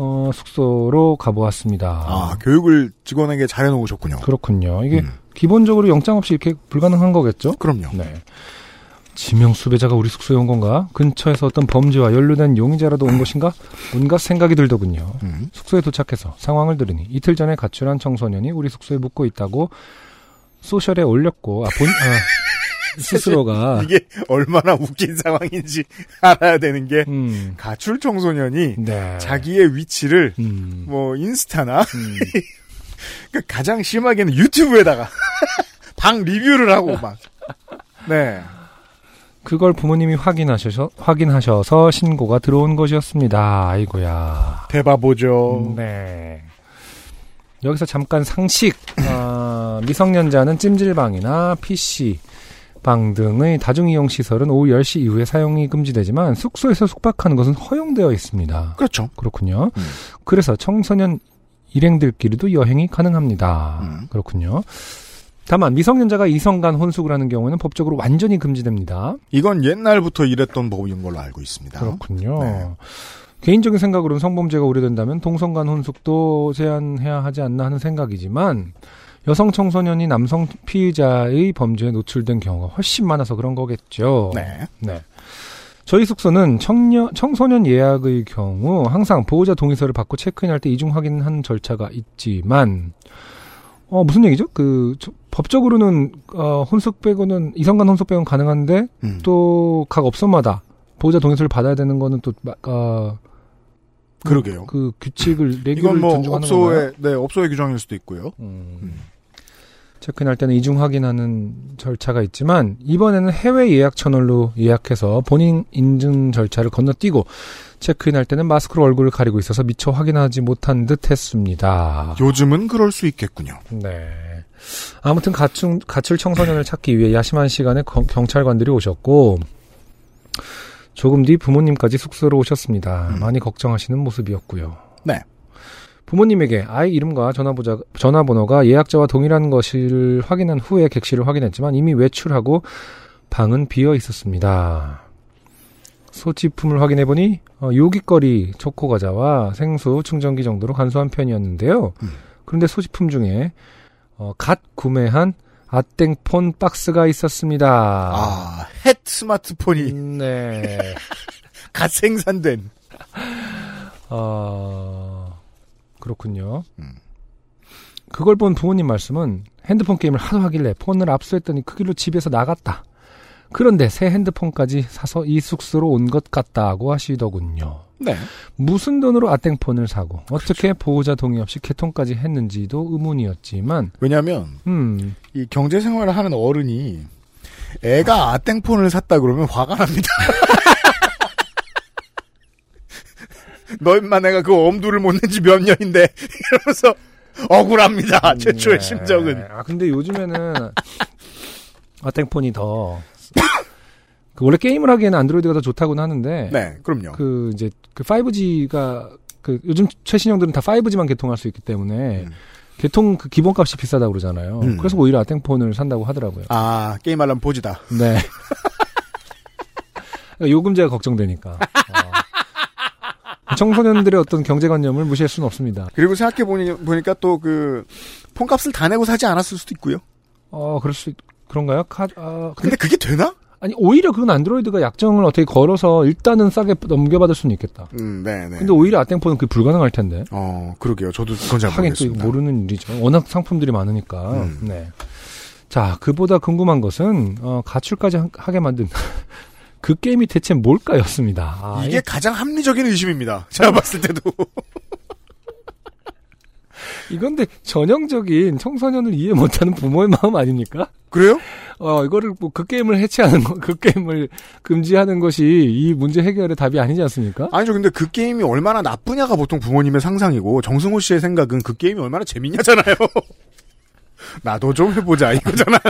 B: 어, 숙소로 가보았습니다.
A: 아, 교육을 직원에게 잘 해놓으셨군요.
B: 그렇군요. 이게
A: 음.
B: 기본적으로 영장 없이 이렇게 불가능한 거겠죠?
A: 그럼요.
B: 네. 지명 수배자가 우리 숙소에 온 건가? 근처에서 어떤 범죄와 연루된 용의자라도 온 것인가? 온갖 생각이 들더군요.
A: 음.
B: 숙소에 도착해서 상황을 들으니 이틀 전에 가출한 청소년이 우리 숙소에 묵고 있다고 소셜에 올렸고 아, 본 아, 스스로가
A: 이게 얼마나 웃긴 상황인지 알아야 되는 게
B: 음.
A: 가출 청소년이
B: 네.
A: 자기의 위치를
B: 음.
A: 뭐 인스타나
B: 음.
A: 그러니까 가장 심하게는 유튜브에다가 방 리뷰를 하고 막. 네.
B: 그걸 부모님이 확인하셔서 확인하셔서 신고가 들어온 것이었습니다. 아이고야.
A: 대바보죠.
B: 네. 여기서 잠깐 상식. 아, 미성년자는 찜질방이나 PC 방 등의 다중이용 시설은 오후 10시 이후에 사용이 금지되지만 숙소에서 숙박하는 것은 허용되어 있습니다.
A: 그렇죠.
B: 그렇군요.
A: 음.
B: 그래서 청소년 일행들끼리도 여행이 가능합니다.
A: 음.
B: 그렇군요. 다만 미성년자가 이성 간 혼숙을 하는 경우에는 법적으로 완전히 금지됩니다.
A: 이건 옛날부터 이랬던 법인 걸로 알고 있습니다.
B: 그렇군요.
A: 네.
B: 개인적인 생각으로는 성범죄가 우려된다면 동성간 혼숙도 제한해야 하지 않나 하는 생각이지만 여성 청소년이 남성 피의자의 범죄에 노출된 경우가 훨씬 많아서 그런 거겠죠.
A: 네.
B: 네. 저희 숙소는 청년, 청소년 예약의 경우 항상 보호자 동의서를 받고 체크인할 때 이중 확인하는 절차가 있지만, 어, 무슨 얘기죠? 그, 저- 법적으로는, 어, 혼숙 빼고는, 이성간 혼숙 빼고는 가능한데,
A: 음.
B: 또 각 업소마다 보호자 동의서를 받아야 되는 거는 또 막, 어,
A: 그러게요.
B: 그 규칙을
A: 이건
B: 레귤을
A: 뭐
B: 존중하는 건가요?
A: 업소의 네 업소의 규정일 수도 있고요.
B: 음. 체크인할 때는 이중 확인하는 절차가 있지만 이번에는 해외 예약 채널로 예약해서 본인 인증 절차를 건너뛰고 체크인할 때는 마스크로 얼굴을 가리고 있어서 미처 확인하지 못한 듯했습니다.
A: 요즘은 그럴 수 있겠군요.
B: 네. 아무튼 가출, 가출 청소년을 찾기 위해 야심한 시간에 거- 경찰관들이 오셨고 조금 뒤 부모님까지 숙소로 오셨습니다.
A: 음.
B: 많이 걱정하시는 모습이었고요.
A: 네.
B: 부모님에게 아이 이름과 전화보자, 전화번호가 예약자와 동일한 것을 확인한 후에 객실을 확인했지만 이미 외출하고 방은 비어 있었습니다. 소지품을 확인해 보니 어, 요깃거리 초코 과자와 생수, 충전기 정도로 간소한 편이었는데요.
A: 음.
B: 그런데 소지품 중에 어, 갓 구매한 아땡폰 박스가 있었습니다.
A: 아, 햇
B: 음.
A: 스마트폰이
B: 네.
A: 갓 생산된.
B: 아, 그렇군요.
A: 음.
B: 그걸 본 부모님 말씀은 핸드폰 게임을 하도 하길래 폰을 압수했더니 그 길로 집에서 나갔다. 그런데 새 핸드폰까지 사서 이 숙소로 온 것 같다고 하시더군요.
A: 네.
B: 무슨 돈으로 아땡폰을 사고 어떻게
A: 그렇죠.
B: 보호자 동의 없이 개통까지 했는지도 의문이었지만
A: 왜냐하면
B: 음,
A: 이 경제 생활을 하는 어른이 애가 아땡폰을 샀다 그러면 화가 납니다. 너 임마 내가 그 엄두를 못 낸 지 몇 년인데 이러면서 억울합니다. 최초의
B: 네.
A: 아, 심정은.
B: 아 근데 요즘에는 아땡폰이 더 그 원래 게임을 하기에는 안드로이드가 더 좋다고는 하는데
A: 네, 그럼요.
B: 그 이제 그 5G가 그 요즘 최신형들은 다 5G만 개통할 수 있기 때문에
A: 음.
B: 개통 그 기본값이 비싸다고 그러잖아요.
A: 음.
B: 그래서 오히려 아땡폰을 산다고 하더라고요.
A: 아, 게임 알람 포지다.
B: 네. 그러니까 요금제가 걱정되니까. 어. 청소년들의 어떤 경제관념을 무시할 수는 없습니다.
A: 그리고 생각해보니, 보니까 또 그, 폰값을 다 내고 사지 않았을 수도 있고요.
B: 어, 그럴 수, 있- 그런가요? 카, 아, 근데,
A: 근데 그게 되나?
B: 아니, 오히려 그건 안드로이드가 약정을 어떻게 걸어서 일단은 싸게 넘겨받을 수는 있겠다.
A: 음, 네네.
B: 근데 오히려 아땡폰은 그게 불가능할 텐데.
A: 어, 그러게요. 저도 그건 잘
B: 하긴 또 이거
A: 모르겠습니다.
B: 네, 모르는 일이죠. 워낙 상품들이 많으니까.
A: 음.
B: 네. 자, 그보다 궁금한 것은, 어, 가출까지 하- 하게 만든 그 게임이 대체 뭘까였습니다. 아,
A: 이게 가장 합리적인 의심입니다. 제가 봤을 때도.
B: 이건데 전형적인 청소년을 이해 못하는 부모의 마음 아닙니까?
A: 그래요?
B: 어 이거를 뭐 그 게임을 해체하는 거, 그 게임을 금지하는 것이 이 문제 해결의 답이 아니지 않습니까?
A: 아니죠. 근데 그 게임이 얼마나 나쁘냐가 보통 부모님의 상상이고 정승호 씨의 생각은 그 게임이 얼마나 재밌냐잖아요. 나도 좀 해보자 이거잖아요.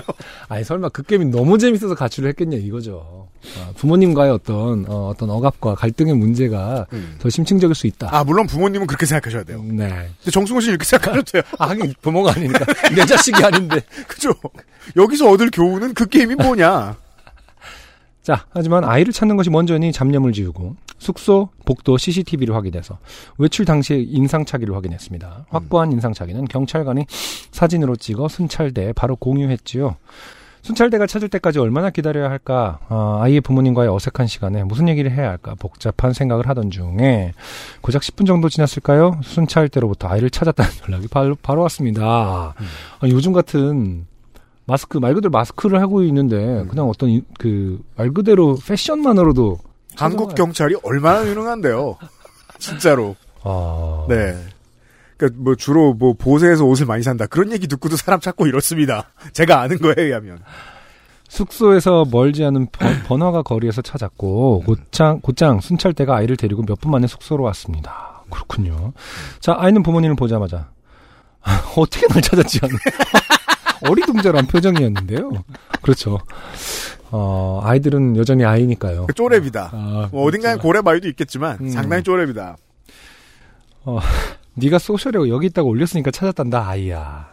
B: 아니 설마 그 게임이 너무 재밌어서 가출을 했겠냐 이거죠. 아, 부모님과의 어떤 어, 떤 억압과 갈등의 문제가
A: 음.
B: 더 심층적일 수 있다.
A: 아 물론 부모님은 그렇게 생각하셔야 돼요.
B: 네.
A: 근데 정승호 씨는 이렇게 생각하셔도 돼요.
B: 아, 하긴 부모가 아니니까 내 자식이 아닌데.
A: 그죠? 여기서 얻을 교훈은 그 게임이 뭐냐.
B: 자, 하지만 아이를 찾는 것이 먼저니 잡념을 지우고 숙소, 복도, CCTV를 확인해서 외출 당시의 인상착의를 확인했습니다. 확보한 인상착의는 경찰관이 사진으로 찍어 순찰대에 바로 공유했지요. 순찰대가 찾을 때까지 얼마나 기다려야 할까, 아, 아이의 부모님과의 어색한 시간에 무슨 얘기를 해야 할까 복잡한 생각을 하던 중에 고작 10분 정도 지났을까요? 순찰대로부터 아이를 찾았다는 연락이 바로, 바로 왔습니다. 아, 요즘 같은 마스크 말 그대로 마스크를 하고 있는데 그냥 어떤 그 말 그대로 패션만으로도
A: 한국 경찰이 얼마나 유능한데요. 진짜로.
B: 아,
A: 네. 그러니까 뭐 주로 뭐 보세에서 옷을 많이 산다 그런 얘기 듣고도 사람 찾고 이렇습니다. 제가 아는 거에 의하면.
B: 숙소에서 멀지 않은 번- 번화가 거리에서 찾았고 곧장 곧장 순찰대가 아이를 데리고 몇 분 만에 숙소로 왔습니다. 그렇군요. 자 아이는 부모님을 보자마자 아, 어떻게 날 찾았지 않나 어리둥절한 표정이었는데요. 그렇죠. 어 아이들은 여전히 아이니까요.
A: 그 쪼렙이다.
B: 아,
A: 뭐 어딘가에 고래마이도 있겠지만
B: 음.
A: 상당히 쪼렙이다.
B: 네가 소셜에 여기 있다고 올렸으니까 찾았단다 아이야.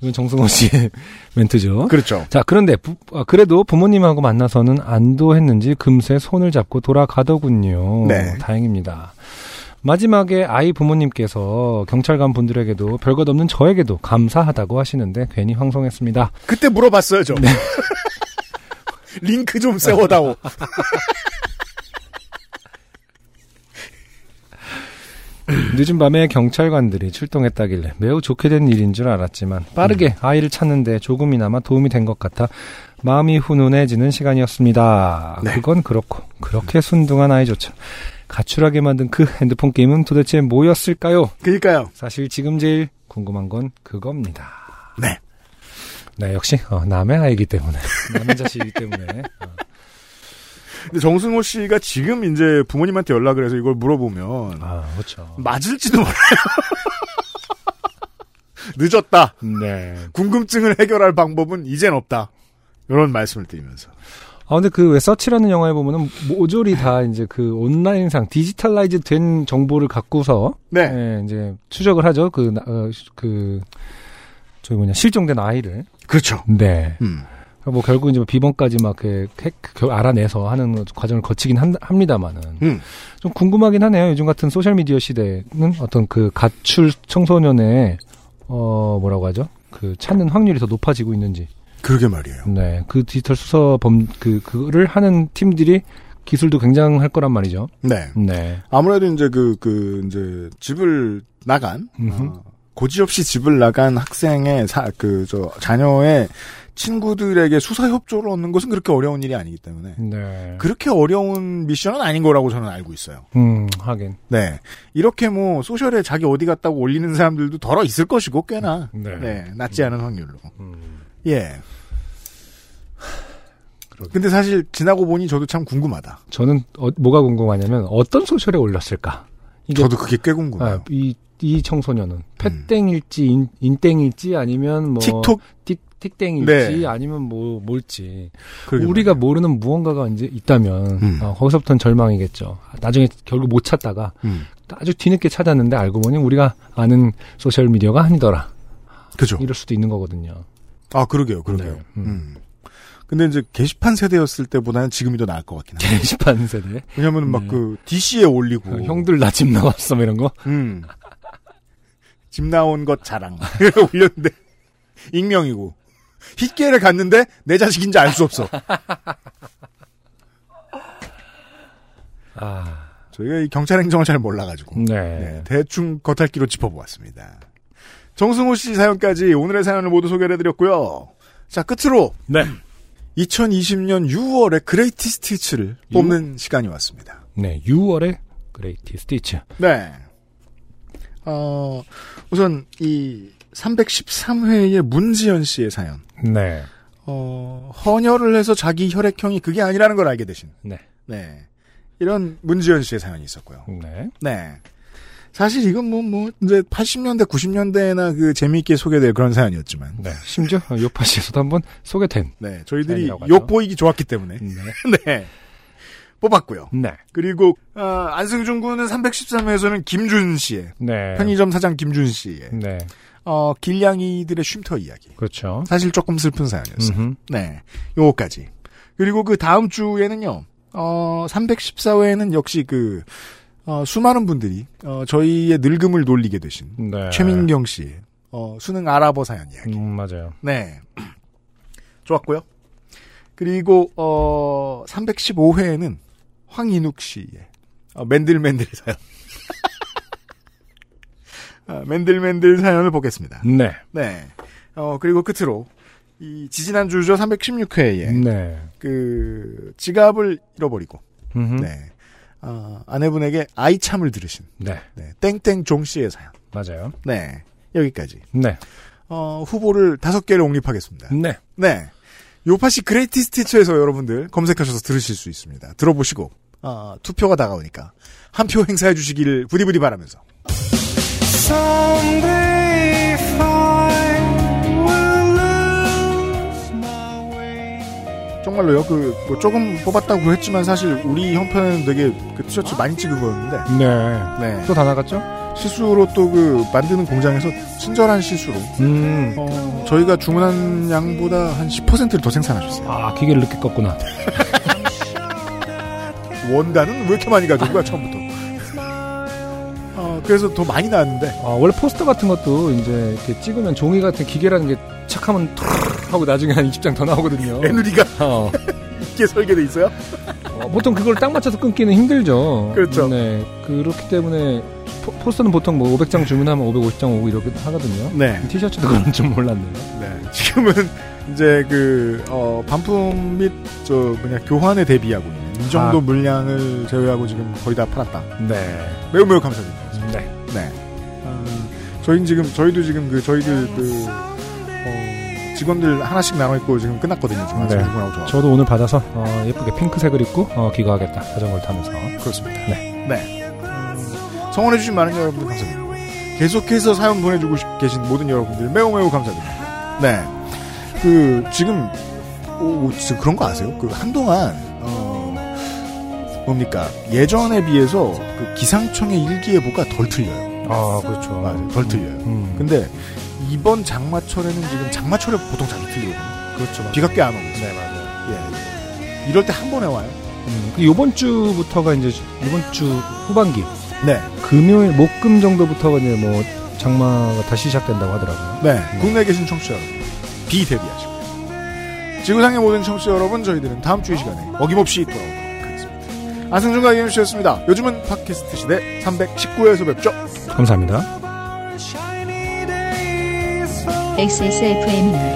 B: 이건 정승호 씨의 멘트죠.
A: 그렇죠.
B: 자 그런데 부- 아, 그래도 부모님하고 만나서는 안도했는지 금세 손을 잡고 돌아가더군요.
A: 네.
B: 다행입니다. 마지막에 아이 부모님께서 경찰관 분들에게도 별것 없는 저에게도 감사하다고 하시는데 괜히 황송했습니다.
A: 그때 물어봤어요, 저. 링크 좀 세워다오.
B: 늦은 밤에 경찰관들이 출동했다길래 매우 좋게 된 일인 줄 알았지만 빠르게 아이를 찾는데 조금이나마 도움이 된 것 같아 마음이 훈훈해지는 시간이었습니다.
A: 네.
B: 그건 그렇고 그렇게 순둥한 아이조차 가출하게 만든 그 핸드폰 게임은 도대체 뭐였을까요?
A: 그니까요.
B: 사실 지금 제일 궁금한 건 그겁니다.
A: 네.
B: 네, 역시 어, 남의 아이기 때문에 남의 자식이기 때문에 어,
A: 근데 정승호 씨가 지금 이제 부모님한테 연락을 해서 이걸 물어보면
B: 아 그렇죠.
A: 맞을지도 몰라요. 늦었다.
B: 네.
A: 궁금증을 해결할 방법은 이젠 없다. 이런 말씀을 드리면서.
B: 아 근데 그 왜 서치라는 영화에 보면은 모조리 다 이제 그 온라인상 디지털라이즈 된 정보를 갖고서
A: 네.
B: 예, 이제 추적을 하죠. 그, 나- 어, 시- 그, 저기 뭐냐, 실종된 아이를.
A: 그렇죠.
B: 네.
A: 음.
B: 뭐 결국 이제 뭐 비번까지 막 이렇게 핵- 결- 알아내서 하는 과정을 거치긴 한, 합니다만은.
A: 음.
B: 좀 궁금하긴 하네요. 요즘 같은 소셜미디어 시대는 어떤 그 가출 청소년의, 어, 뭐라고 하죠? 그 찾는 확률이 더 높아지고 있는지.
A: 그러게 말이에요.
B: 네. 그 디지털 수사 범, 그, 그거를 하는 팀들이 기술도 굉장할 거란 말이죠.
A: 네.
B: 네.
A: 아무래도 이제 그, 그, 이제 집을 나간,
B: 음흠.
A: 어, 고지 없이 집을 나간 학생의 사, 그, 저, 자녀의 친구들에게 수사 협조를 얻는 것은 그렇게 어려운 일이 아니기 때문에.
B: 네.
A: 그렇게 어려운 미션은 아닌 거라고 저는 알고 있어요.
B: 음, 하긴.
A: 네. 이렇게 뭐, 소셜에 자기 어디 갔다고 올리는 사람들도 덜어 있을 것이고, 꽤나.
B: 네.
A: 네. 낮지 않은 확률로.
B: 음.
A: 예. 근데 사실 지나고 보니 저도 참 궁금하다.
B: 저는 어- 뭐가 궁금하냐면 어떤 소셜에 올렸을까? 아, 이게
A: 저도 그게 꽤 궁금해요. 음.
B: 아, 이, 이 청소년은 패땡일지 인, 땡일지 아니면 뭐
A: 틱톡
B: 스틱땡일지
A: 네.
B: 아니면 뭐 뭘지
A: 그러게
B: 우리가
A: 말이에요.
B: 모르는 무언가가 이제 있다면
A: 음.
B: 어, 거기서부터는 절망이겠죠. 나중에 결국 못 찾다가
A: 음.
B: 아주 뒤늦게 찾았는데 알고 보니 우리가 아는 소셜 미디어가 아니더라.
A: 그죠.
B: 이럴 수도 있는 거거든요.
A: 아 그러게요, 그러게요.
B: 네,
A: 음.
B: 음.
A: 근데 이제 게시판 세대였을 때보다는 지금이 더 나을 것 같긴 해요.
B: 게시판 세대
A: 왜냐면
B: 네.
A: 막 그 DC에 올리고
B: 어, 형들 나 집 나왔어 뭐 이런 거
A: 음. 집 나온 것 자랑. 이렇게 올렸는데, 익명이고. 힛게를 갔는데, 내 자식인지 알 수 없어.
B: 아,
A: 저희가 이 경찰 행정을 잘 몰라가지고.
B: 네.
A: 네, 대충 겉핥기로 짚어보았습니다. 정승호 씨 사연까지 오늘의 사연을 모두 소개를 해드렸고요. 자, 끝으로.
B: 네.
A: 2020년 6월에 그레이티 스티치를 뽑는 시간이 왔습니다.
B: 네, 6월의 그레이티 스티치.
A: 네. 어, 우선 이 313회의 문지연 씨의 사연.
B: 네.
A: 어, 헌혈을 해서 자기 혈액형이 그게 아니라는 걸 알게 되신.
B: 네.
A: 네. 이런 문지연 씨의 사연이 있었고요.
B: 네.
A: 네. 사실 이건 뭐, 뭐, 이제 80년대, 90년대나 그 재미있게 소개될 그런 사연이었지만.
B: 네. 심지어 요파시에서도 한번 소개된.
A: 네. 저희들이
B: 사연이라고 하죠.
A: 욕 보이기 좋았기 때문에.
B: 네.
A: 네. 뽑았고요.
B: 네.
A: 그리고, 어, 안승준 군은 313회에서는 김준 씨의,
B: 네.
A: 편의점 사장 김준 씨의,
B: 네.
A: 어, 길냥이들의 쉼터 이야기.
B: 그렇죠.
A: 사실 조금 슬픈 사연이었어요.
B: 음흠.
A: 네. 요거까지. 그리고 그 다음 주에는요, 어, 314회에는 역시 그, 어, 수많은 분들이, 어, 저희의 늙음을 놀리게 되신
B: 네.
A: 최민경 씨의, 어, 수능 아랍어 사연 이야기.
B: 음, 맞아요.
A: 네. 좋았고요. 그리고, 어, 315회에는 황인욱 씨의, 어, 맨들맨들 사연. 아, 맨들맨들 사연을 보겠습니다.
B: 네.
A: 네. 어, 그리고 끝으로, 이 지지난주 저 316회에,
B: 네.
A: 그, 지갑을 잃어버리고,
B: 음흠. 네.
A: 네. 아, 아내분에게 아이참을 들으신, 네. 땡땡종 씨의 사연.
B: 맞아요.
A: 네. 여기까지.
B: 네.
A: 어, 후보를 다섯 개를 옹립하겠습니다.
B: 네.
A: 네. 요파시 그레이티 스티처에서 여러분들 검색하셔서 들으실 수 있습니다. 들어보시고, 아, 투표가 다가오니까, 한 표 행사해 주시기를 부디부디 바라면서. 정말로요, 그, 뭐 조금 뽑았다고 했지만 사실 우리 형편에는 되게 그 티셔츠 많이 찍은 거였는데,
B: 네.
A: 네.
B: 또 다 나갔죠?
A: 실수로 또 그 만드는 공장에서 친절한 실수로,
B: 음.
A: 어, 저희가 주문한 양보다 한 10%를 더 생산하셨어요.
B: 아, 기계를 늦게 껐구나.
A: 원단은 왜 이렇게 많이 가져온 거야, 처음부터. 어, 그래서 더 많이 나왔는데,
B: 아, 원래 포스터 같은 것도 이제 이렇게 찍으면 종이 같은 기계라는 게 착하면 툭 하고 나중에 한 20장 더 나오거든요.
A: 애누리가
B: 어.
A: 있게 설계돼 있어요?
B: 어, 보통 그걸 딱 맞춰서 끊기는 힘들죠.
A: 그렇죠.
B: 네. 그렇기 때문에 포, 포스터는 보통 뭐 500장 주문하면 550장 오고 이렇게 하거든요.
A: 네.
B: 티셔츠도 그런 줄 몰랐네요.
A: 네. 지금은 이제 그, 어, 반품 및, 저, 뭐냐, 교환에 대비하고 있는 이 정도
B: 아.
A: 물량을 제외하고 지금 거의 다 팔았다.
B: 네.
A: 매우 매우 감사드립니다.
B: 네.
A: 네. 어, 저희는 지금, 저희도 지금 그, 저희들 그, 어, 직원들 하나씩 나눠있고 지금 끝났거든요. 지금 아직
B: 네.
A: 누구나 좋아.
B: 저도 오늘 받아서 어, 예쁘게 핑크색을 입고 어, 기거하겠다. 자전거를 타면서.
A: 그렇습니다.
B: 네.
A: 네. 음, 성원해주신 많은 여러분들 감사드립니다. 계속해서 사연 보내주고 싶- 계신 모든 여러분들 매우 매우 감사드립니다. 네. 그, 지금, 오, 오, 지금 그런 거 아세요? 그, 한동안, 어, 뭡니까. 예전에 비해서 그 기상청의 일기예보가 덜 틀려요.
B: 아, 그렇죠.
A: 맞아요. 덜 틀려요.
B: 음.
A: 근데 이번 장마철에는 지금 장마철에 보통 잘 틀리거든요.
B: 그렇죠. 맞아요.
A: 비가 꽤 안 오고.
B: 네, 맞아요.
A: 예. 이럴 때 한 번에 와요.
B: 음, 그 요번 주부터가 이제 이번 주 후반기
A: 네.
B: 금요일 목금 정도부터가 이제 뭐 장마가 다시 시작된다고 하더라고요.
A: 네, 국내에 계신 청취자 여러분, 비대비하시고요. 지구상의 모든 청취자 여러분, 저희들은 다음 주 이 시간에 어김없이 돌아오도록 하겠습니다. 안승준과 이현씨였습니다 요즘은 팟캐스트 시대 319회에서 뵙죠.
B: 감사합니다.
C: XSFM입니다.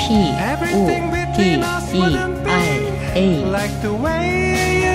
C: P, O, D, E, R, A.
H: Like the way you